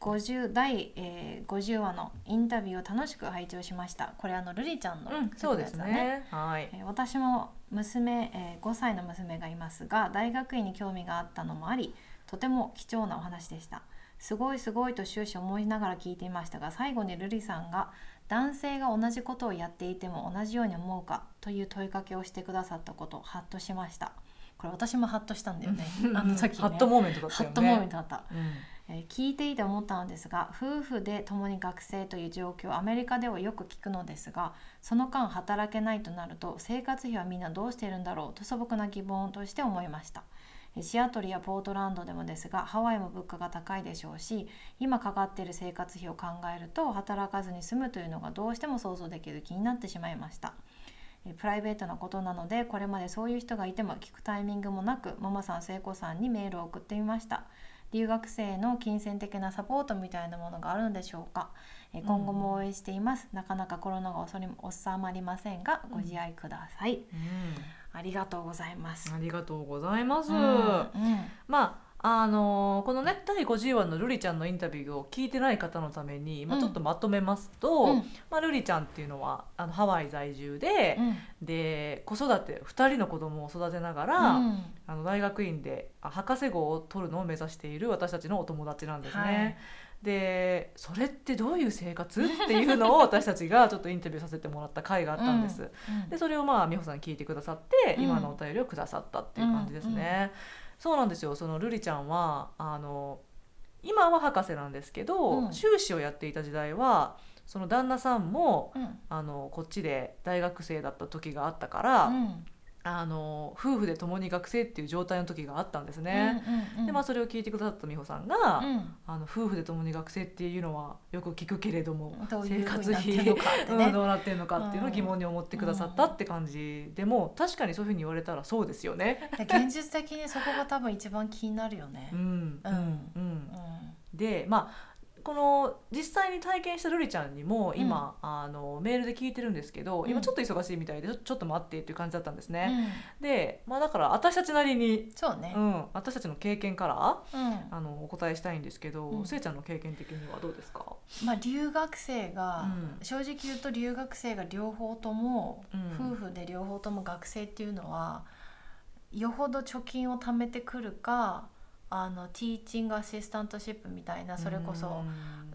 [SPEAKER 2] 50第、えー50話のインタビューを楽しく拝聴しました。これあのルリちゃんの、
[SPEAKER 1] うん、そうです
[SPEAKER 2] やつだ
[SPEAKER 1] ね。はい。
[SPEAKER 2] えー私も娘、えー5歳の娘がいますが大学院に興味があったのもありとても貴重なお話でしたすごいすごいと終始思いながら聞いていましたが最後にルリさんが男性が同じことをやっていても同じように思うかという問いかけをしてくださったことハッとしましたこれ私もハッとしたん だよねあの時ね
[SPEAKER 1] ハットモーメントだった
[SPEAKER 2] ハ
[SPEAKER 1] よ
[SPEAKER 2] ッ
[SPEAKER 1] ね。
[SPEAKER 2] とモーメントだった
[SPEAKER 1] うん
[SPEAKER 2] えー聞いていて思ったのですが夫婦で共に学生という状況アメリカではよく聞くのですがその間働けないとなると生活費はみんなどうしているんだろうと素朴な疑問として思いましたえーシアトルやポートランドでもですがハワイも物価が高いでしょうし今かかっている生活費を考えると働かずに済むというのがどうしても想像できる気になってしまいましたえープライベートなことなのでこれまでそういう人がいても聞くタイミングもなくママさん聖子さんにメールを送ってみました留学生の金銭的なサポートみたいなものがあるんでしょうかえー今後も応援しています、なかなかコロナが収まりませんがご自愛くださ
[SPEAKER 1] う
[SPEAKER 2] い、
[SPEAKER 1] ん
[SPEAKER 2] ありがとうございます
[SPEAKER 1] ありがとうございます。
[SPEAKER 2] うんうん
[SPEAKER 1] まああのーこのね第50話のルリちゃんのインタビューを聞いてない方のために、まあ、
[SPEAKER 2] うん
[SPEAKER 1] ちょっとまとめますと、
[SPEAKER 2] うん
[SPEAKER 1] まあ、ルリちゃんっていうのはあのハワイ在住で,、で子育て2人の子供を育てながら、
[SPEAKER 2] うん
[SPEAKER 1] あの大学院であ博士号を取るのを目指している私たちのお友達なんですね。
[SPEAKER 2] はい
[SPEAKER 1] でそれってどういう生活っていうのを私たちがちょっとインタビューさせてもらった回があったんです。でそれをまあ美穂さんに聞いてくださって、
[SPEAKER 2] うん
[SPEAKER 1] 今のお便りをくださったっていう感じですね。そうなんですよそのルリちゃんはあの今は博士なんですけど、
[SPEAKER 2] うん
[SPEAKER 1] 修士をやっていた時代はその旦那さんも
[SPEAKER 2] うん
[SPEAKER 1] あのこっちで大学生だった時があったから、
[SPEAKER 2] うん
[SPEAKER 1] あの夫婦で共に学生っていう状態の時があったんですね。
[SPEAKER 2] うんうん
[SPEAKER 1] でまあ、それを聞いてくださった美穂さんが、
[SPEAKER 2] うん
[SPEAKER 1] あの夫婦で共に学生っていうのはよく聞くけれども
[SPEAKER 2] どうい
[SPEAKER 1] 生
[SPEAKER 2] うふう
[SPEAKER 1] 活
[SPEAKER 2] になって
[SPEAKER 1] 費
[SPEAKER 2] るのかってね
[SPEAKER 1] うん、どうなってるのかっていうのを疑問に思ってくださったって感じでも確かにそういうふうに言われたらそうですよ ね。
[SPEAKER 2] で現実的にそこが多分一番気になるよね
[SPEAKER 1] う。ん
[SPEAKER 2] う
[SPEAKER 1] うんんうん、
[SPEAKER 2] うん
[SPEAKER 1] でまあこの実際に体験したルリちゃんにも今、あのメールで聞いてるんですけど
[SPEAKER 2] う
[SPEAKER 1] 今
[SPEAKER 2] ん
[SPEAKER 1] ちょっと忙しいみたいでちょちょっと待ってっていう感じだったんですね。で、まあ、だから私たちなりに、
[SPEAKER 2] そうね
[SPEAKER 1] う。ん、私たちの経験から
[SPEAKER 2] うん
[SPEAKER 1] あのお答えしたいんですけど、
[SPEAKER 2] うん
[SPEAKER 1] せいちゃんの経験的にはどうですか、
[SPEAKER 2] まあ留学生が
[SPEAKER 1] うん
[SPEAKER 2] 正直言うと留学生が両方とも
[SPEAKER 1] うん
[SPEAKER 2] 夫婦で両方とも学生っていうのはよほど貯金を貯めてくるかあのティーチングアシスタントシップみたいなそれこ
[SPEAKER 1] う
[SPEAKER 2] そ
[SPEAKER 1] ん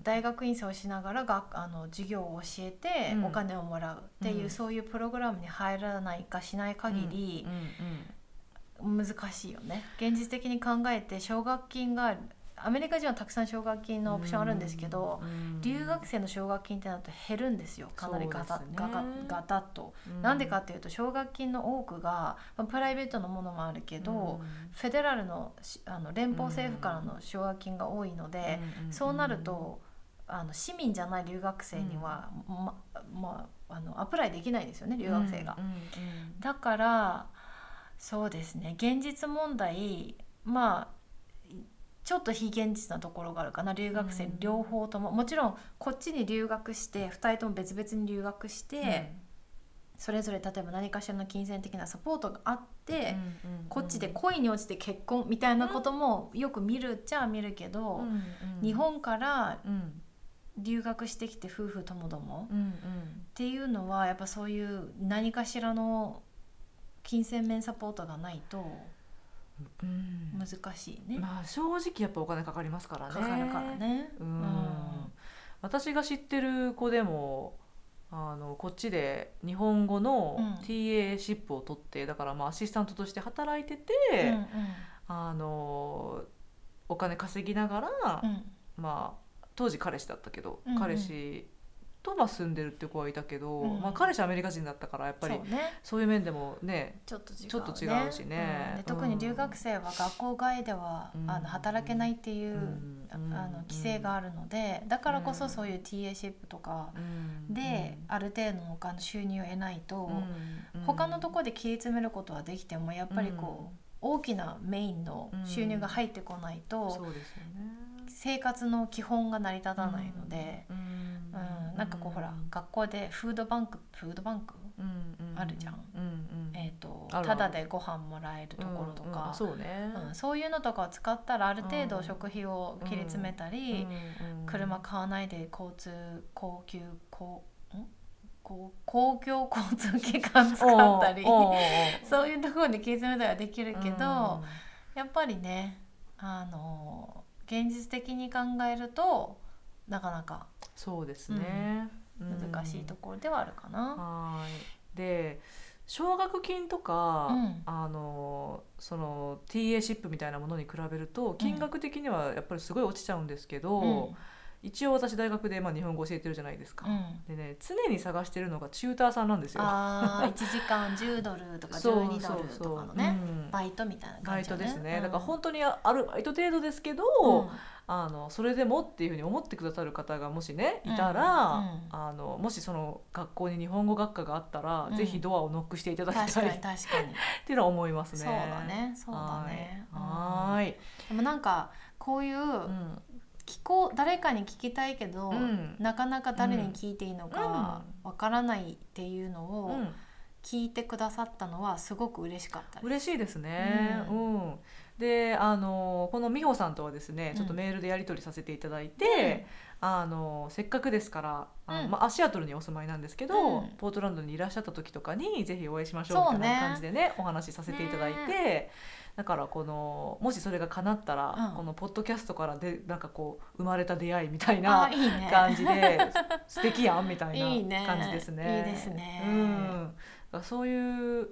[SPEAKER 2] 大学院生をしながらがあの授業を教えて
[SPEAKER 1] うん
[SPEAKER 2] お金をもらうっていう、
[SPEAKER 1] うん
[SPEAKER 2] そういうプログラムに入らないかしない限り、
[SPEAKER 1] うんうん
[SPEAKER 2] 難しいよね現実的に考えて奨学金がアメリカ人はたくさん奨学金
[SPEAKER 1] うん
[SPEAKER 2] のオプションあるんですけど、
[SPEAKER 1] うん
[SPEAKER 2] 留学生の奨学金ってなると減るんですよかなりガタ,、
[SPEAKER 1] そうですね
[SPEAKER 2] ガタガタッと、なんでかっていうと奨学金の多くが、まあ、プライベートのものもあるけ
[SPEAKER 1] け
[SPEAKER 2] ど、フェデラルのしあの連邦政府からの奨学金が多いので、そうなるとあの市民じゃない留学生には、ままあのアプライできないですよね留学生が。だからそうですね現実問題まあちょっと非現実なところがあるかな留学生
[SPEAKER 1] うん
[SPEAKER 2] 両方とも、もちろんこっちに留学して2人とも別々に留学して、それぞれ例えば何かしらの金銭的なサポートがあって、こっちで恋に落ちて結婚みたいなこともよく見るっちゃ見るけど、日本から
[SPEAKER 1] うん
[SPEAKER 2] 留学してきて夫婦ともども
[SPEAKER 1] うん
[SPEAKER 2] っていうのはやっぱそういう何かしらの金銭面サポートがないと
[SPEAKER 1] うんうん
[SPEAKER 2] 難しいね。
[SPEAKER 1] まあ正直やっぱお金かかりますからね
[SPEAKER 2] かかるからね。
[SPEAKER 1] う
[SPEAKER 2] うんん
[SPEAKER 1] 私が知ってる子でもあのこっちで日本語の
[SPEAKER 2] うん
[SPEAKER 1] TA シップを取って、だからまあアシスタントとして働いてて、
[SPEAKER 2] うんうん
[SPEAKER 1] あのお金稼ぎながら、
[SPEAKER 2] うん
[SPEAKER 1] まあ、当時彼氏だったけど、
[SPEAKER 2] うんうん
[SPEAKER 1] 彼氏とまあ住んでるって子はいたけど、
[SPEAKER 2] うん
[SPEAKER 1] まあ、彼氏アメリカ人だったからやっぱり
[SPEAKER 2] そうね
[SPEAKER 1] そういう面でもね
[SPEAKER 2] ちょっと違う、ね、
[SPEAKER 1] ちょっと違うしね
[SPEAKER 2] うんで特に留学生は学校外では、
[SPEAKER 1] うん
[SPEAKER 2] あの働けないってい
[SPEAKER 1] う
[SPEAKER 2] う、
[SPEAKER 1] ん
[SPEAKER 2] ああの規制があるのでだからこそそういう TA シップとかで、ある程度のお金収入を得ないと、他のとこ
[SPEAKER 1] ろ
[SPEAKER 2] ろで切り詰めることはできてもやっぱりこう、大きなメインの収入が入ってこないと、
[SPEAKER 1] そうですよね
[SPEAKER 2] 生活の基本が成り立たないので、
[SPEAKER 1] うん
[SPEAKER 2] うんなんかこうほら学校でフードバンクフードバンク、
[SPEAKER 1] うんうん
[SPEAKER 2] あるじゃん
[SPEAKER 1] うんうん
[SPEAKER 2] えー、と
[SPEAKER 1] あるある
[SPEAKER 2] ただでご飯もらえるところと
[SPEAKER 1] うんうんあ
[SPEAKER 2] か、
[SPEAKER 1] そうね
[SPEAKER 2] うんそういうのとかを使ったらある程
[SPEAKER 1] う
[SPEAKER 2] 度
[SPEAKER 1] ん
[SPEAKER 2] 食費を切り詰めたり、
[SPEAKER 1] うんうん
[SPEAKER 2] 車買わないで交通高級こんこう公共交通機関使ったり
[SPEAKER 1] おーおーお ー
[SPEAKER 2] そういうところで切り詰めたりはできるけど、
[SPEAKER 1] うん
[SPEAKER 2] やっぱりねあの現実的に考えるとなかなか
[SPEAKER 1] そうですね、うん
[SPEAKER 2] 難しいところではあるかな。
[SPEAKER 1] はーいで奨学金とか、
[SPEAKER 2] うん
[SPEAKER 1] あのその TA シップみたいなものに比べると金額的にはやっぱりすごい落ちちゃうんですけど、
[SPEAKER 2] うん
[SPEAKER 1] 一応私大学でまあ日本語教えてるじゃないですか。
[SPEAKER 2] うん
[SPEAKER 1] でね常に探してるのがチューターさんなんですよ。
[SPEAKER 2] あー1時間10ドルとか12ドルとかのね
[SPEAKER 1] うん
[SPEAKER 2] バイトみたいな
[SPEAKER 1] バ
[SPEAKER 2] 感
[SPEAKER 1] イ
[SPEAKER 2] じよ
[SPEAKER 1] トですね、
[SPEAKER 2] うん
[SPEAKER 1] だから本当にあるバイト程度ですけど、
[SPEAKER 2] うん
[SPEAKER 1] あのそれでもっていうふうに思ってくださる方がもしねいたら、
[SPEAKER 2] うん
[SPEAKER 1] あのもしその学校に日本語学科があったら、
[SPEAKER 2] うん
[SPEAKER 1] ぜひドアをノックしていただき
[SPEAKER 2] 確か
[SPEAKER 1] た
[SPEAKER 2] に
[SPEAKER 1] い
[SPEAKER 2] 確
[SPEAKER 1] っ
[SPEAKER 2] かに
[SPEAKER 1] ていうのは思いますね。
[SPEAKER 2] そうだねそうだね
[SPEAKER 1] はーい。
[SPEAKER 2] うんでもなんかこういう
[SPEAKER 1] はーいうん
[SPEAKER 2] 聞こう誰かに聞きたいけど、
[SPEAKER 1] うん
[SPEAKER 2] なかなか誰に聞いていいのかわからないっていうの
[SPEAKER 1] う
[SPEAKER 2] を
[SPEAKER 1] ん
[SPEAKER 2] 聞いてくださったのはすごく嬉しかったです。
[SPEAKER 1] 嬉しいですね。
[SPEAKER 2] う
[SPEAKER 1] うん。で、あのこの美穂さんとはですね、
[SPEAKER 2] うん
[SPEAKER 1] ちょっとメールでやり取りさせていただいて、あのせっかくですから、あの
[SPEAKER 2] うん
[SPEAKER 1] まあシアトルにお住まいなんですけど、
[SPEAKER 2] うん
[SPEAKER 1] ポートランドにいらっしゃった時とかにぜひお会いしましょ
[SPEAKER 2] そう
[SPEAKER 1] う
[SPEAKER 2] ね
[SPEAKER 1] みたいな感じでね、お話しさせていただいて。だからこのもしそれが叶ったら、
[SPEAKER 2] うん
[SPEAKER 1] このポッドキャストからでなんかこう生まれた出会いみたい
[SPEAKER 2] あ
[SPEAKER 1] ない
[SPEAKER 2] いね。
[SPEAKER 1] 感じで素敵やんみた
[SPEAKER 2] いい
[SPEAKER 1] い
[SPEAKER 2] ね
[SPEAKER 1] な感じですね。
[SPEAKER 2] いいですね
[SPEAKER 1] うん、だからそういう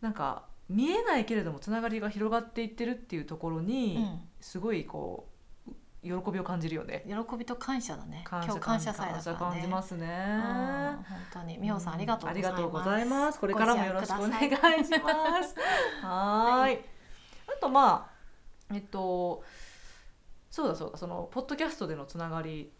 [SPEAKER 1] なんか見えないけれどもつながりが広がっていってるっていうところに、
[SPEAKER 2] う
[SPEAKER 1] すごいこう喜びを感じるよね。
[SPEAKER 2] ん、喜びと感謝だね。今日感謝祭だからね。
[SPEAKER 1] 感謝感じますね。
[SPEAKER 2] うん本当に美穂さんありがとう
[SPEAKER 1] あ
[SPEAKER 2] ございま
[SPEAKER 1] りが
[SPEAKER 2] す。
[SPEAKER 1] とうございます。これからもよろしくお願いします。は。
[SPEAKER 2] はい
[SPEAKER 1] あとまあえっとそうだそうだそのポッドキャストでのつながり、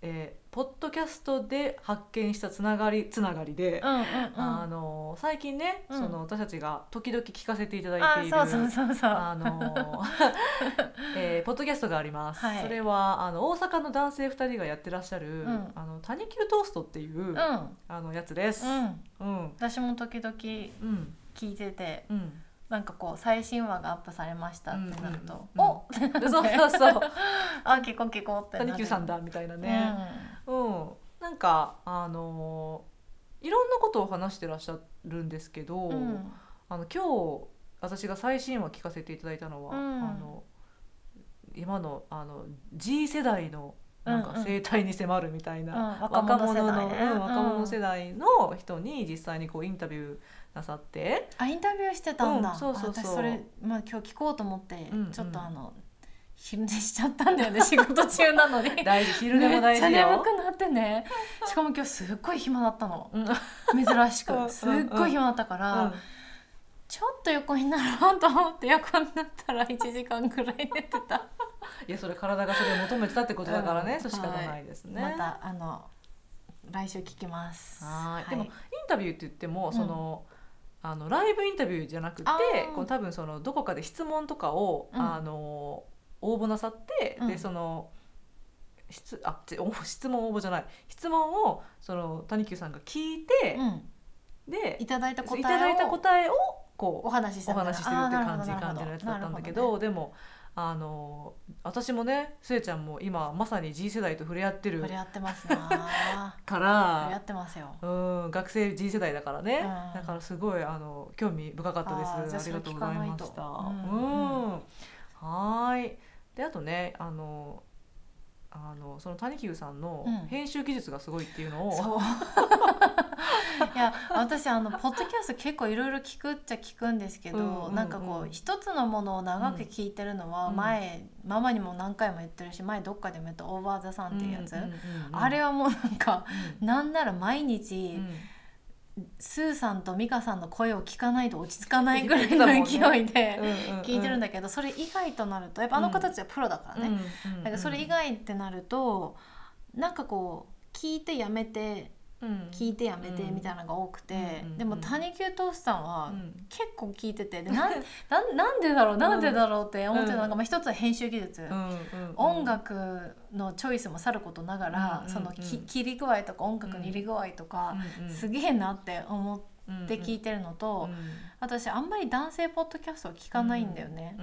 [SPEAKER 1] えーポッドキャストで発見したつながりつながりで、
[SPEAKER 2] うんうんうん。
[SPEAKER 1] あ
[SPEAKER 2] あ
[SPEAKER 1] の最近ね、
[SPEAKER 2] うん
[SPEAKER 1] その私たちが時々聞かせていただいている。
[SPEAKER 2] そうそうそうそう。
[SPEAKER 1] あの えーポッドキャストがあります、
[SPEAKER 2] はい
[SPEAKER 1] それはあの大阪の男性2人がやってらっしゃる「
[SPEAKER 2] ん
[SPEAKER 1] あの谷球トースト」っていう、
[SPEAKER 2] うん
[SPEAKER 1] あのやつです。
[SPEAKER 2] うん。
[SPEAKER 1] うん、
[SPEAKER 2] 私も時々聞
[SPEAKER 1] うん、
[SPEAKER 2] いてて、
[SPEAKER 1] うん、
[SPEAKER 2] なんかこう最新話がアップされましたって なる
[SPEAKER 1] うん
[SPEAKER 2] と、
[SPEAKER 1] うんうん
[SPEAKER 2] お、
[SPEAKER 1] でそうそう そう、
[SPEAKER 2] あ聞こう聞こうってなる。
[SPEAKER 1] 谷久さんだみたいなね。うん、なんか、あのーいろんなことを話してらっしゃるんですけど、
[SPEAKER 2] うん。うん。
[SPEAKER 1] あの、今日。私が最新話聞かせていただいたのは、
[SPEAKER 2] うん
[SPEAKER 1] あの。今の、あの、G 世代の。なん
[SPEAKER 2] うん
[SPEAKER 1] か
[SPEAKER 2] うん
[SPEAKER 1] 生態に迫るみたいな、
[SPEAKER 2] うん若
[SPEAKER 1] 若
[SPEAKER 2] 者
[SPEAKER 1] 者
[SPEAKER 2] 世代
[SPEAKER 1] の、
[SPEAKER 2] ね
[SPEAKER 1] うん若者世代の人に実際にこうインタビューなさって、
[SPEAKER 2] あインタビューしてたんだ。
[SPEAKER 1] うんそうそうそう
[SPEAKER 2] あ私それまあ今日聞こうと思って、
[SPEAKER 1] うんうん
[SPEAKER 2] ちょっとあの昼寝しちゃった んだよね仕事中なのに。
[SPEAKER 1] 大事昼でも大事
[SPEAKER 2] めっちゃ眠
[SPEAKER 1] よ
[SPEAKER 2] く。なってね。しかも今日すっごい暇だったの。
[SPEAKER 1] うん
[SPEAKER 2] 珍し
[SPEAKER 1] うんうんう
[SPEAKER 2] く
[SPEAKER 1] ん
[SPEAKER 2] すっごい暇だったから、
[SPEAKER 1] うん
[SPEAKER 2] ちょっと横になろうと思って横になったら1時間ぐらい寝てた、
[SPEAKER 1] いやそれ体がそれを求めてたってことだからね、
[SPEAKER 2] うん
[SPEAKER 1] そう仕方ないですね。
[SPEAKER 2] またあの来週聞きます
[SPEAKER 1] はい
[SPEAKER 2] は
[SPEAKER 1] でもインタビューって言ってもその、あのライブインタビューじゃなくて
[SPEAKER 2] あー
[SPEAKER 1] こう多分そのどこかで質問とかを、
[SPEAKER 2] うん
[SPEAKER 1] あの応募なさって、
[SPEAKER 2] うん
[SPEAKER 1] でその質あち応募質問応募じゃない質問をその谷久さんが聞いて、
[SPEAKER 2] うん、
[SPEAKER 1] で
[SPEAKER 2] いただいた
[SPEAKER 1] い
[SPEAKER 2] 答
[SPEAKER 1] ただ
[SPEAKER 2] え
[SPEAKER 1] いた
[SPEAKER 2] を
[SPEAKER 1] 答えを
[SPEAKER 2] お
[SPEAKER 1] こ
[SPEAKER 2] 話しし
[SPEAKER 1] うお
[SPEAKER 2] たみた
[SPEAKER 1] 話し
[SPEAKER 2] いな
[SPEAKER 1] してるっていう感じ
[SPEAKER 2] あーな
[SPEAKER 1] 感
[SPEAKER 2] るほ
[SPEAKER 1] じのやつだったんだけど
[SPEAKER 2] なるほね
[SPEAKER 1] でもあの私もねすえちゃんも今まさに G 世代と触れ合ってる
[SPEAKER 2] これやってま すな
[SPEAKER 1] か
[SPEAKER 2] これや
[SPEAKER 1] ら
[SPEAKER 2] ってますよ
[SPEAKER 1] うん学生 G 世代だからね、
[SPEAKER 2] うん
[SPEAKER 1] だからすごいあの興味深かったです
[SPEAKER 2] あーじゃ
[SPEAKER 1] あ
[SPEAKER 2] あ
[SPEAKER 1] りがとうございまし
[SPEAKER 2] そ
[SPEAKER 1] た
[SPEAKER 2] れ聞
[SPEAKER 1] う
[SPEAKER 2] かないとうん
[SPEAKER 1] ん、はーいであとねあのあのその谷久さんの
[SPEAKER 2] うん
[SPEAKER 1] 編集技術がすごいっていうのを、
[SPEAKER 2] そう いや私あのポッドキャスト結構いろいろ聞くっちゃ聞くんですけど、
[SPEAKER 1] うんうんうん
[SPEAKER 2] なんかこう一つのものを長く聞いてるのは
[SPEAKER 1] うん
[SPEAKER 2] 前、ママにも何回も言ってるし前どっかでも言った「オーバー・ザ・サン」っていうやつ、
[SPEAKER 1] んんうんうん
[SPEAKER 2] あれはもうなんかなんなら毎
[SPEAKER 1] う
[SPEAKER 2] 日、
[SPEAKER 1] んうん
[SPEAKER 2] スーさんと美香さんの声を聞かないと落ち着かないぐらい
[SPEAKER 1] 言
[SPEAKER 2] の
[SPEAKER 1] ってたもん
[SPEAKER 2] 勢いで
[SPEAKER 1] うんうん
[SPEAKER 2] 聞いてるんだけど、それ以外となるとやっぱあの子たちはプロだからね、
[SPEAKER 1] うんうん
[SPEAKER 2] だからそれ以外ってなるとなんかこう聞いてやめて
[SPEAKER 1] うん
[SPEAKER 2] 聞いてやめて
[SPEAKER 1] うん
[SPEAKER 2] みたいなのが多くて、
[SPEAKER 1] うんうん
[SPEAKER 2] でも谷久トースさん
[SPEAKER 1] う
[SPEAKER 2] は
[SPEAKER 1] ん
[SPEAKER 2] 結構聞いてて でなんなんなんでだろうなんでだろうって思ってたの
[SPEAKER 1] う
[SPEAKER 2] が、まあ、一つは編集技術、
[SPEAKER 1] うんうんうん
[SPEAKER 2] 音楽のチョイスもさることながら、
[SPEAKER 1] うん
[SPEAKER 2] そのき
[SPEAKER 1] うん
[SPEAKER 2] 切り具合とか音楽の入り具合とか、すげえなって思って聞いてるのと、あと私あんまり男性ポッドキャストを聞かないんだよね。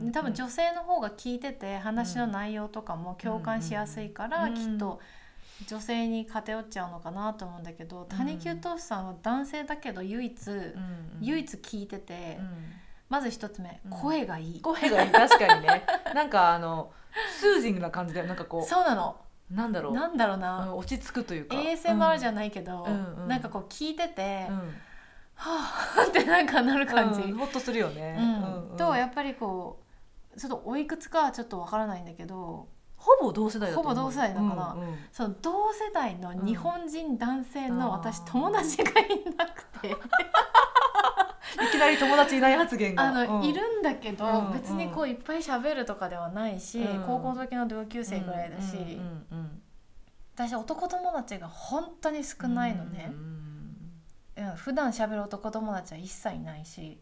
[SPEAKER 2] で多分女性の方が聞いてて話の内容とかも共感しやすいから、
[SPEAKER 1] うん
[SPEAKER 2] きっと女性に偏っちゃうのかなと思うんだけど、谷久投手さんは男性だけど唯一、唯
[SPEAKER 1] 一
[SPEAKER 2] 一聞いてて、まず一つ目、
[SPEAKER 1] うん
[SPEAKER 2] 声がいい
[SPEAKER 1] 声がいい確かにねなんかあのスージングな感じでなんかこ
[SPEAKER 2] そうなの
[SPEAKER 1] うなんだろう
[SPEAKER 2] なんだろう
[SPEAKER 1] う
[SPEAKER 2] な、
[SPEAKER 1] ん落ち着くというか
[SPEAKER 2] ASMR じゃ
[SPEAKER 1] な
[SPEAKER 2] ないけど、
[SPEAKER 1] うんうん
[SPEAKER 2] なんかこう聞いてて、
[SPEAKER 1] うん
[SPEAKER 2] はぁ ってなんかなる感じ、
[SPEAKER 1] うんホッとするよね
[SPEAKER 2] うん
[SPEAKER 1] うんうん
[SPEAKER 2] とやっぱりこうちょっとおいくつかはちょっとわからないんだけど
[SPEAKER 1] ほぼ同世代だと思う
[SPEAKER 2] ほぼ同世代だから
[SPEAKER 1] うんうん
[SPEAKER 2] その同世代の日本人男性
[SPEAKER 1] うん
[SPEAKER 2] の私、友達がいなくて
[SPEAKER 1] いきなり友達いない発言が
[SPEAKER 2] あの、
[SPEAKER 1] うん
[SPEAKER 2] いるんだけど、
[SPEAKER 1] うん
[SPEAKER 2] 別にこういっぱい喋るとかではないし、
[SPEAKER 1] うん
[SPEAKER 2] 高校の時の同級生ぐらいだ
[SPEAKER 1] う
[SPEAKER 2] し、
[SPEAKER 1] んうんうん
[SPEAKER 2] 私男友達が本当に少ないのね
[SPEAKER 1] う、ん
[SPEAKER 2] うん普段喋る男友達は一切いないし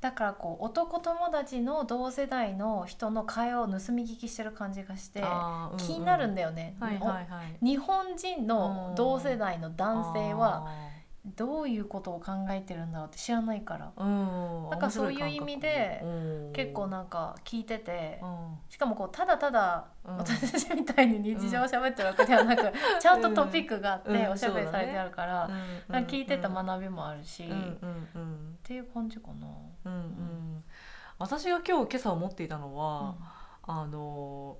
[SPEAKER 2] だからこう男友達の同世代の人の会話を盗み聞きしてる感じがして。
[SPEAKER 1] あーうんうん
[SPEAKER 2] 気になるんだよね、
[SPEAKER 1] はいはいはい
[SPEAKER 2] お日本人の同世代の男性はどういうことを考えてるんだろうって知らないから
[SPEAKER 1] あーうん
[SPEAKER 2] なんかそういう意味で
[SPEAKER 1] 面白い感覚
[SPEAKER 2] 結構なんか聞いてて
[SPEAKER 1] うん
[SPEAKER 2] しかもこうただただ
[SPEAKER 1] うん
[SPEAKER 2] 私たちみたいに日常喋ってるわけではなく、 ちゃんとトピックがあっ
[SPEAKER 1] うんう
[SPEAKER 2] て
[SPEAKER 1] ん
[SPEAKER 2] おしゃべりされてあるから、
[SPEAKER 1] うん
[SPEAKER 2] なんか聞いてた学びもあるし、
[SPEAKER 1] うんう
[SPEAKER 2] っ
[SPEAKER 1] んうん
[SPEAKER 2] ていう感じかな。
[SPEAKER 1] うんうん私が今日今朝思っていたのは、あの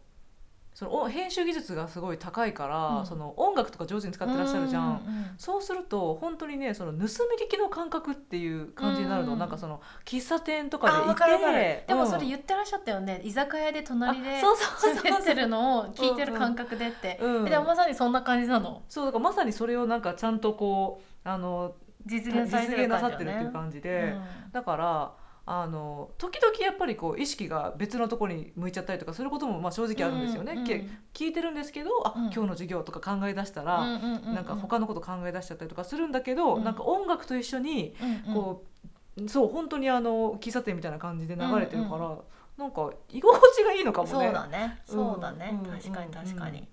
[SPEAKER 1] そのお編集技術がすごい高いから、
[SPEAKER 2] うん
[SPEAKER 1] その音楽とか上手に使ってらっしゃるじゃん。
[SPEAKER 2] ううう
[SPEAKER 1] そうすると本当にねその盗み聞きの感覚っていう感じになるの、
[SPEAKER 2] うん
[SPEAKER 1] なんかその喫茶店と
[SPEAKER 2] あ
[SPEAKER 1] かで
[SPEAKER 2] わ
[SPEAKER 1] い
[SPEAKER 2] かるわかる
[SPEAKER 1] て。
[SPEAKER 2] でもそれ
[SPEAKER 1] うん
[SPEAKER 2] 言ってらっしゃったよね、居酒屋で隣で
[SPEAKER 1] あそうそう そう
[SPEAKER 2] 喋ってるのを聞いてる感覚でって、
[SPEAKER 1] うん
[SPEAKER 2] でもまさにそんな感じなの
[SPEAKER 1] そうだからまさにそれをなんかちゃんとこうあの
[SPEAKER 2] 実
[SPEAKER 1] 実
[SPEAKER 2] 現されて
[SPEAKER 1] 現
[SPEAKER 2] る
[SPEAKER 1] なさ
[SPEAKER 2] 感じ
[SPEAKER 1] っ
[SPEAKER 2] よ
[SPEAKER 1] てる
[SPEAKER 2] ね
[SPEAKER 1] っていう感じで、
[SPEAKER 2] うん
[SPEAKER 1] だからあの時々やっぱりこう意識が別のところに向いちゃったりとかすることもまあ正直あるんですよね、
[SPEAKER 2] ううう
[SPEAKER 1] け聞いてるんですけどあ、
[SPEAKER 2] うん
[SPEAKER 1] 今日の授業とか考え出したら、
[SPEAKER 2] うんうんうん
[SPEAKER 1] なんか他のこと考え出しちゃったりとかするんだけど、
[SPEAKER 2] うん
[SPEAKER 1] なんか音楽と一緒にこう、そう本当にあの喫茶店みたいな感じで流れてるから、
[SPEAKER 2] う
[SPEAKER 1] なんか居心地がいいのか
[SPEAKER 2] うん
[SPEAKER 1] もね。
[SPEAKER 2] そうだねそうだね、
[SPEAKER 1] うん
[SPEAKER 2] 確かに確かに、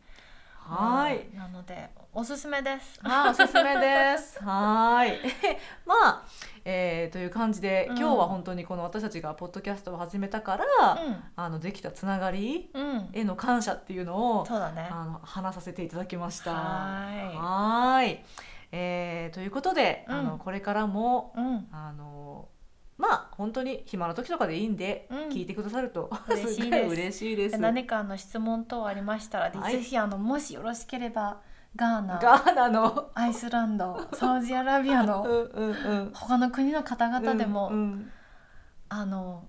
[SPEAKER 1] はーい、
[SPEAKER 2] うんなのでおすすめです
[SPEAKER 1] あーおすすめ です。はーい。 まあ、えーという感じで、
[SPEAKER 2] うん
[SPEAKER 1] 今日は本当にこの私たちがポッドキャストを始めたから、あのできたつながり
[SPEAKER 2] うん、うん、
[SPEAKER 1] への感謝っていうのを、
[SPEAKER 2] そうだね
[SPEAKER 1] あの話させていただきました。
[SPEAKER 2] は
[SPEAKER 1] はーい。えーということで、
[SPEAKER 2] うん
[SPEAKER 1] あのこれからも
[SPEAKER 2] ーいうん
[SPEAKER 1] あのまあ本当に暇な時とかでいいんで、
[SPEAKER 2] うん
[SPEAKER 1] 聞いてくださると
[SPEAKER 2] 嬉しいです
[SPEAKER 1] すごい嬉しいです。
[SPEAKER 2] 何かあの質問等ありましたら、
[SPEAKER 1] はい
[SPEAKER 2] ぜひあのもしよろしければガーナ
[SPEAKER 1] ガーナ の
[SPEAKER 2] アイスラ ンドサウジアラビア
[SPEAKER 1] う
[SPEAKER 2] の
[SPEAKER 1] んうんうん
[SPEAKER 2] 他の国の方々でも、
[SPEAKER 1] うんうん
[SPEAKER 2] あの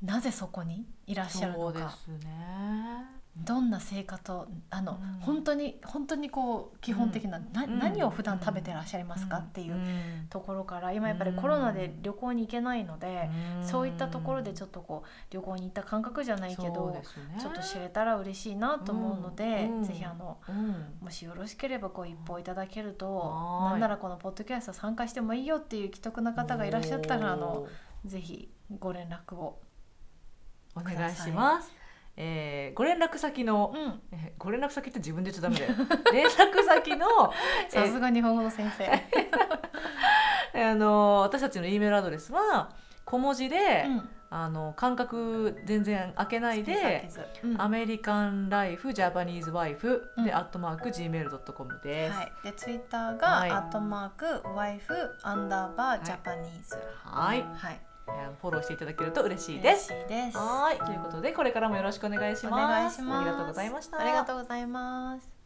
[SPEAKER 2] なぜそこにいらっしゃる
[SPEAKER 1] そう
[SPEAKER 2] のか
[SPEAKER 1] ですね。
[SPEAKER 2] どんな生活をあの、
[SPEAKER 1] うん
[SPEAKER 2] 本当に本当にこう基本的な,、な
[SPEAKER 1] うん
[SPEAKER 2] 何を普段食べてらっしゃいますかっていう
[SPEAKER 1] うん
[SPEAKER 2] ところから今やっぱりコロナで旅行に行けないので、そういったところでちょ
[SPEAKER 1] っ
[SPEAKER 2] っとこう旅行に行った感覚じゃないけど、ちょっと知
[SPEAKER 1] る、
[SPEAKER 2] れたら嬉しいなと思うので、
[SPEAKER 1] うん
[SPEAKER 2] ぜひあの
[SPEAKER 1] うん
[SPEAKER 2] もしよろしければご一報いただけると
[SPEAKER 1] はーい
[SPEAKER 2] なんならこのポッドキャスト参加してもいいよっていう既得な方がいらっしゃったらあのぜひご連絡を。
[SPEAKER 1] お願いします。えー、ご連絡先の、
[SPEAKER 2] うん、
[SPEAKER 1] えーご連絡先って自分で言っちゃダメだよ。 連絡先の、
[SPEAKER 2] さすが日本語の先生。
[SPEAKER 1] えーあの私たちの E メールアドレスは小文字で、
[SPEAKER 2] うん
[SPEAKER 1] あの間隔全然開けないで、
[SPEAKER 2] スペース空けずうん
[SPEAKER 1] アメリカンライフジャパニーズワイフで、
[SPEAKER 2] うん
[SPEAKER 1] アットマーク gmail.com です。
[SPEAKER 2] は
[SPEAKER 1] はい
[SPEAKER 2] い、でツイッターが、
[SPEAKER 1] はい
[SPEAKER 2] アットマークワイフアンダーバージャパニーズ
[SPEAKER 1] はい
[SPEAKER 2] はい
[SPEAKER 1] えーフォローしていただけると嬉しいです。
[SPEAKER 2] 嬉しいです
[SPEAKER 1] はい、ということでこれからもよろしくお願いします。
[SPEAKER 2] お願いします
[SPEAKER 1] ありがとうございました。
[SPEAKER 2] ありがとうございます